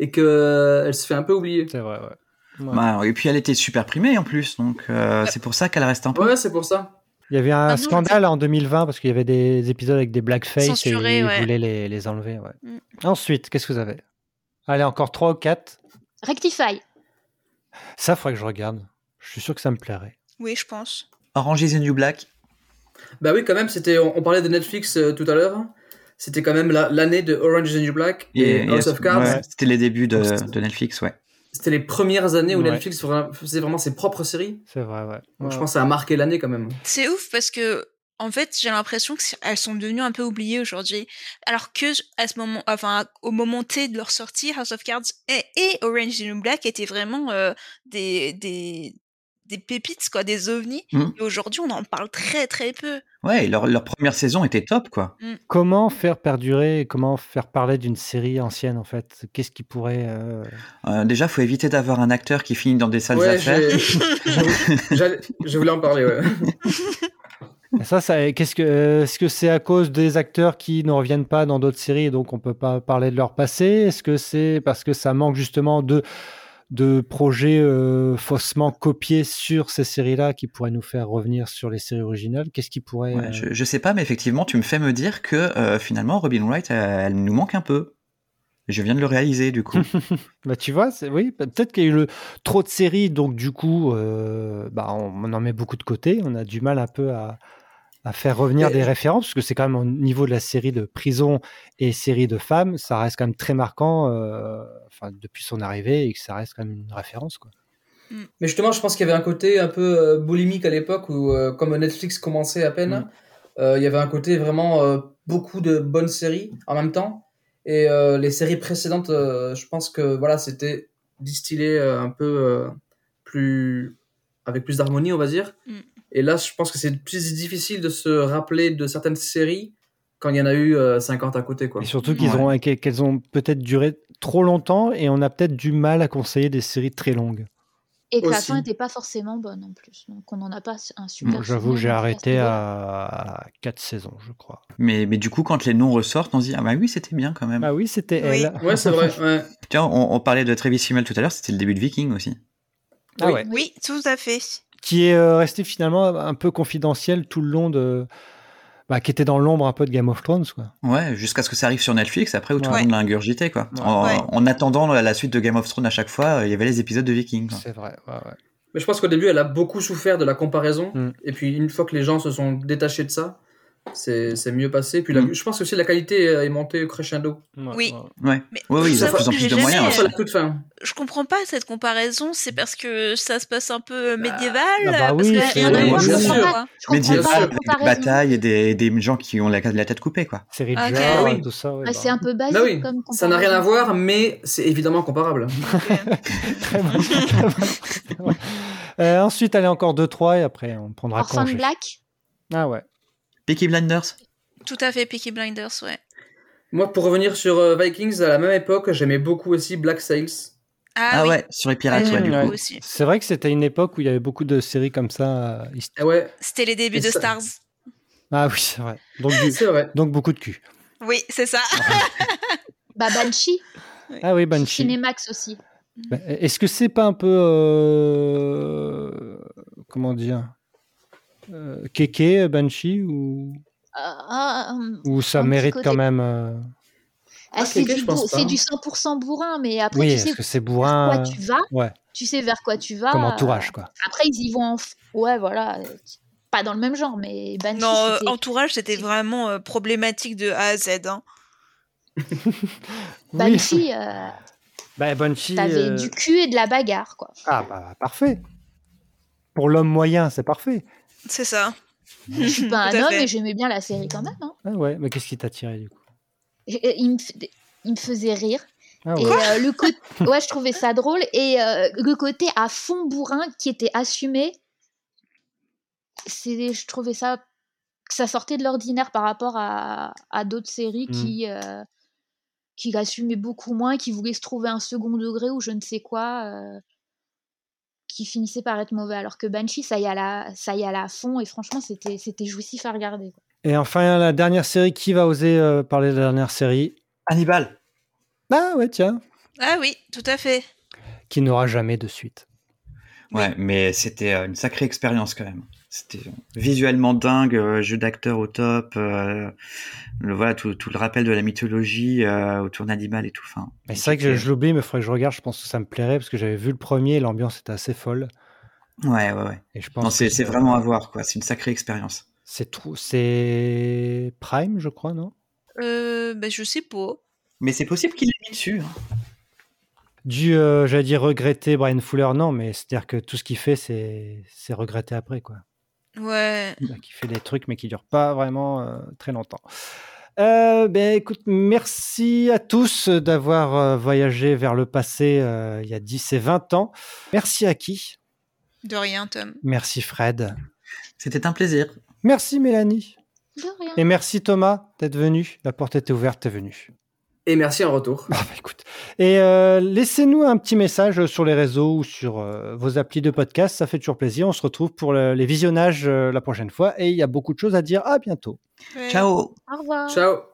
Speaker 2: et qu'elle se fait un peu oublier.
Speaker 1: C'est vrai, ouais. Ouais.
Speaker 5: Bah, et puis elle était super primée en plus, donc euh, c'est pour ça qu'elle reste un peu.
Speaker 2: Ouais, c'est pour ça.
Speaker 1: Il y avait un
Speaker 4: Ah non, je
Speaker 1: scandale en 2020 parce qu'il y avait des épisodes avec des blackface
Speaker 4: Censurés,
Speaker 1: et ils
Speaker 4: ouais.
Speaker 1: voulaient les, les enlever. ouais.
Speaker 4: Mm.
Speaker 1: Ensuite, qu'est-ce que vous avez Allez, encore 3 ou 4.
Speaker 6: Rectify.
Speaker 1: Ça, il faudrait que je regarde. Je suis sûr que ça me plairait.
Speaker 4: Oui, je pense.
Speaker 5: Orange is the New Black.
Speaker 2: Bah oui, quand même, c'était. On, on parlait de Netflix euh, tout à l'heure. C'était quand même la- l'année de Orange is the New Black et, House of Cards.
Speaker 5: ouais, C'était les débuts de, de Netflix, ouais.
Speaker 2: C'était les premières années où
Speaker 1: Ouais.
Speaker 2: Netflix vra- faisait vraiment ses propres séries.
Speaker 1: C'est vrai, ouais.
Speaker 2: Donc je
Speaker 1: Ouais.
Speaker 2: pense que ça a marqué l'année quand même.
Speaker 4: C'est ouf parce que en fait, j'ai l'impression que c'est- elles sont devenues un peu oubliées aujourd'hui. Alors que à ce moment, enfin au moment T de leur sortie, House of Cards et, et Orange is the New Black étaient vraiment euh, des, des des pépites quoi, des ovnis.
Speaker 5: Mhm.
Speaker 4: Et aujourd'hui, on en parle très très peu.
Speaker 5: Ouais, et leur, leur première saison était top, quoi.
Speaker 1: Comment faire perdurer et comment faire parler d'une série ancienne, en fait Qu'est-ce qui pourrait. euh,
Speaker 5: Euh, déjà, faut éviter d'avoir un acteur qui finit dans des salles
Speaker 2: Ouais,
Speaker 5: d'affaires.
Speaker 2: j'ai- j'allais- je voulais en parler, ouais.
Speaker 1: Ça, ça qu'est-ce que euh, est-ce que c'est à cause des acteurs qui ne reviennent pas dans d'autres séries et donc on peut pas parler de leur passé Est-ce que c'est parce que ça manque justement de de projets euh, faussement copiés sur ces séries-là qui pourraient nous faire revenir sur les séries originales Qu'est-ce qui pourrait
Speaker 5: Ouais,
Speaker 1: euh,
Speaker 5: je, je sais pas, mais effectivement, tu me fais me dire que euh, finalement, Robin Wright, euh, elle nous manque un peu. Je viens de le réaliser, du coup.
Speaker 1: Bah, tu vois, c'est- oui, peut- peut-être qu'il y a eu le- trop de séries, donc du coup, euh, bah, on, on en met beaucoup de côté. On a du mal un peu à, à faire revenir
Speaker 2: Mais-
Speaker 1: des références, parce que c'est quand même au niveau de la série de prison et série de femmes, ça reste quand même très marquant euh, enfin, depuis son arrivée et que ça reste quand même une référence. Quoi.
Speaker 2: Mais justement, je pense qu'il y avait un côté un peu euh, boulimique à l'époque où, euh, comme Netflix commençait à peine, euh, il y avait un côté vraiment euh, beaucoup de bonnes séries en même temps. Et euh, les séries précédentes, euh, je pense que voilà, c'était distillé euh, un peu euh, plus avec plus d'harmonie, on va dire.
Speaker 4: Mm.
Speaker 2: Et là, je pense que c'est plus difficile de se rappeler de certaines séries quand il y en a eu euh, 50 à côté, quoi.
Speaker 1: Et surtout qu'ils
Speaker 5: Ouais.
Speaker 1: ont, qu'e- qu'elles ont peut-être duré trop longtemps et on a peut-être du mal à conseiller des séries très longues.
Speaker 6: Et que la
Speaker 2: Aussi.
Speaker 6: fin n'était pas forcément bonne en plus. Donc on n'en a pas un super.
Speaker 1: Moi, J'avoue,
Speaker 6: souvenir,
Speaker 1: j'ai
Speaker 6: en tout cas,
Speaker 1: arrêté
Speaker 6: c'était
Speaker 1: à 4 saisons, je crois.
Speaker 5: mais, mais du coup, quand les noms ressortent, on se dit, ah bah oui, c'était bien quand même.
Speaker 1: Ah oui, c'était
Speaker 4: Oui.
Speaker 1: elle.
Speaker 2: Ouais, c'est vrai. Ouais.
Speaker 5: Tiens, on, on parlait de Travis Fimmel tout à l'heure, c'était le début de Viking aussi.
Speaker 1: Ah
Speaker 2: Oui.
Speaker 1: ouais.
Speaker 4: Oui, tout à fait.
Speaker 1: qui est euh, resté finalement un peu confidentiel tout le long de. Bah, qui était dans l'ombre un peu de Game of Thrones. Quoi.
Speaker 5: Ouais, jusqu'à ce que ça arrive sur Netflix, après où tout le
Speaker 1: Ouais.
Speaker 5: monde l'a ingurgité, quoi.
Speaker 1: Ouais.
Speaker 5: En,
Speaker 4: Ouais.
Speaker 5: en attendant la la suite de Game of Thrones à chaque fois, euh, il y avait les épisodes de Viking. quoi.
Speaker 1: C'est vrai. ouais, ouais.
Speaker 2: Mais je pense qu'au début, elle a beaucoup souffert de la comparaison.
Speaker 1: Mm.
Speaker 2: Et puis, une fois que les gens se sont détachés de ça, c'est c'est mieux passé. Puis, la-
Speaker 5: Mm.
Speaker 2: je pense aussi que la qualité euh, est montée crescendo.
Speaker 4: Oui.
Speaker 5: Ouais.
Speaker 4: Mais
Speaker 5: Ouais, ouais,
Speaker 4: je
Speaker 5: ils ont de
Speaker 4: t'avoue
Speaker 5: plus en
Speaker 4: que
Speaker 5: plus
Speaker 4: j'ai
Speaker 5: de moyens, hein.
Speaker 4: jamais-
Speaker 2: Sur la toute fin.
Speaker 4: je comprends pas cette comparaison. C'est parce que ça se passe un peu euh, médiéval.
Speaker 1: Ah bah
Speaker 4: parce
Speaker 1: oui,
Speaker 4: que rien
Speaker 1: c'est-
Speaker 4: à voir
Speaker 2: bien
Speaker 4: pour moi,
Speaker 2: sûr.
Speaker 4: quoi.
Speaker 6: Je
Speaker 5: Mais
Speaker 6: comprends
Speaker 2: Dieu
Speaker 6: pas
Speaker 5: avec
Speaker 6: la
Speaker 5: des
Speaker 6: comparaison.
Speaker 5: batailles et des, des gens qui ont la, la tête coupée, quoi.
Speaker 1: Série de
Speaker 4: Ok.
Speaker 1: genre,
Speaker 2: Oui.
Speaker 1: tout ça. ouais,
Speaker 6: Ah,
Speaker 1: bah,
Speaker 6: c'est un peu basique
Speaker 2: Bah oui,
Speaker 6: comme
Speaker 2: ça n'a rien à
Speaker 6: comparaison.
Speaker 2: voir, mais c'est évidemment comparable.
Speaker 1: très bon. Très bon. Euh, ensuite, allez, encore 2-3 et après, on prendra
Speaker 6: Orphan
Speaker 1: congé.
Speaker 6: Black,
Speaker 1: Ah ouais.
Speaker 5: Peaky Blinders.
Speaker 4: Tout à fait, Peaky Blinders, ouais.
Speaker 2: Moi, pour revenir sur euh, Vikings, à la même époque, j'aimais beaucoup aussi Black Sails.
Speaker 4: Ah,
Speaker 5: Ah,
Speaker 4: oui. Euh,
Speaker 5: ouais, sur les pirates,
Speaker 1: Ah,
Speaker 5: ouais, du
Speaker 1: ouais.
Speaker 5: coup.
Speaker 4: aussi.
Speaker 1: C'est vrai que c'était une époque où il y avait beaucoup de séries comme ça. euh, hist-
Speaker 2: Ah ouais,
Speaker 4: C'était les débuts
Speaker 2: Et
Speaker 4: de
Speaker 2: ça-
Speaker 4: Stars.
Speaker 1: Ah oui, c'est vrai. Donc, du-
Speaker 2: c'est vrai.
Speaker 1: donc beaucoup de cul.
Speaker 4: Oui, c'est ça.
Speaker 6: bah Banshee,
Speaker 1: Ah oui, Banshee.
Speaker 6: Cinemax aussi.
Speaker 1: Bah, Est-ce que c'est pas un peu. euh, comment dire euh, Kéké, Banshee ou,
Speaker 6: Ah, ah, hum.
Speaker 1: ou ça
Speaker 6: Un petit
Speaker 1: mérite
Speaker 6: côté-
Speaker 1: quand même. euh,
Speaker 6: Ah,
Speaker 2: Ah,
Speaker 6: c'est
Speaker 2: quelqu'un,
Speaker 6: du,
Speaker 2: je pense
Speaker 6: bou-
Speaker 2: pas,
Speaker 6: c'est
Speaker 2: hein.
Speaker 6: du 100% bourrin, mais après
Speaker 1: Oui,
Speaker 6: tu sais
Speaker 1: est-ce que c'est
Speaker 6: vers
Speaker 1: bourrin
Speaker 6: quoi tu vas,
Speaker 1: ouais.
Speaker 6: tu sais vers quoi tu vas.
Speaker 1: comme
Speaker 6: euh,
Speaker 1: entourage, quoi.
Speaker 6: Après ils y vont en... f- Ouais, voilà, euh, pas dans le même genre, mais Banshee
Speaker 4: Non, euh,
Speaker 6: c'était-
Speaker 4: entourage, c'était
Speaker 6: c'est-
Speaker 4: vraiment euh, problématique de A à Z. hein.
Speaker 1: Oui.
Speaker 6: Banshee, euh,
Speaker 1: Bah, Banshee.
Speaker 6: t'avais
Speaker 1: euh,
Speaker 6: du cul et de la bagarre, quoi.
Speaker 1: Ah, bah, parfait. Pour l'homme moyen, c'est parfait.
Speaker 4: C'est ça.
Speaker 6: Je suis pas
Speaker 4: Tout
Speaker 6: un
Speaker 4: à
Speaker 6: homme
Speaker 4: fait.
Speaker 6: et j'aimais bien la série quand même. hein.
Speaker 1: Ah ouais, mais qu'est-ce qui t'a tiré du coup
Speaker 6: Je- euh, il, me f- il me faisait rire.
Speaker 1: ah
Speaker 6: Et
Speaker 1: ouais.
Speaker 6: euh, le côté, ouais, je trouvais ça drôle. Et euh, le côté à fond bourrin qui était assumé, c'est, je trouvais ça, que ça sortait de l'ordinaire par rapport à, à d'autres séries
Speaker 1: Mm.
Speaker 6: qui, euh, qui l'assumaient beaucoup moins, qui voulaient se trouver un second degré ou je ne sais quoi, euh, qui finissaient par être mauvais. Alors que Banshee, ça y allait, à- ça y allait à fond et franchement, c'était, c'était jouissif à regarder. quoi.
Speaker 1: Et enfin, la dernière série, qui va oser euh, parler de la dernière série
Speaker 5: Hannibal.
Speaker 1: Ah ouais, tiens,
Speaker 4: Ah oui, tout à fait.
Speaker 1: qui n'aura jamais de suite.
Speaker 5: Ouais, mais c'était euh, une sacrée expérience quand même. C'était euh, visuellement dingue, euh, jeu d'acteur au top, euh, le, voilà tout, tout le rappel de la mythologie euh, autour d'Hannibal et tout. Enfin,
Speaker 1: Mais c'est vrai que je, je l'oublie, mais il faudrait que je regarde, je pense que ça me plairait, parce que j'avais vu le premier, l'ambiance était assez folle.
Speaker 5: euh, Ouais, ouais, ouais.
Speaker 1: Et je pense
Speaker 5: Non,
Speaker 1: que
Speaker 5: c'est c'est vraiment à voir, quoi. C'est une sacrée expérience.
Speaker 1: C'est trou- c'est Prime, je crois, non
Speaker 4: Euh, ben, je sais pas.
Speaker 5: Mais c'est possible qu'il ait mis dessus. hein.
Speaker 1: Du, euh, j'allais dire regretter Brian Fuller, non, mais c'est-à-dire que tout ce qu'il fait, c'est c'est regretté après, quoi.
Speaker 4: Ouais.
Speaker 1: qui fait des trucs mais qui durent pas vraiment euh, très longtemps. Euh, ben, écoute, merci à tous d'avoir euh, voyagé vers le passé euh, il y a 10 et 20 ans. Merci à qui
Speaker 4: De rien, Tom.
Speaker 1: Merci Fred.
Speaker 5: C'était un plaisir.
Speaker 1: Merci Mélanie.
Speaker 6: De rien.
Speaker 1: Et merci Thomas d'être venu. La porte était ouverte, t'es venu.
Speaker 2: Et merci en retour.
Speaker 1: Ah, bah, écoute. Et euh, laissez-nous un petit message sur les réseaux ou sur euh, vos applis de podcast. Ça fait toujours plaisir. On se retrouve pour le- les visionnages euh, la prochaine fois. Et il y a beaucoup de choses à dire. À bientôt.
Speaker 4: Ouais.
Speaker 5: Ciao.
Speaker 6: Au revoir.
Speaker 2: Ciao.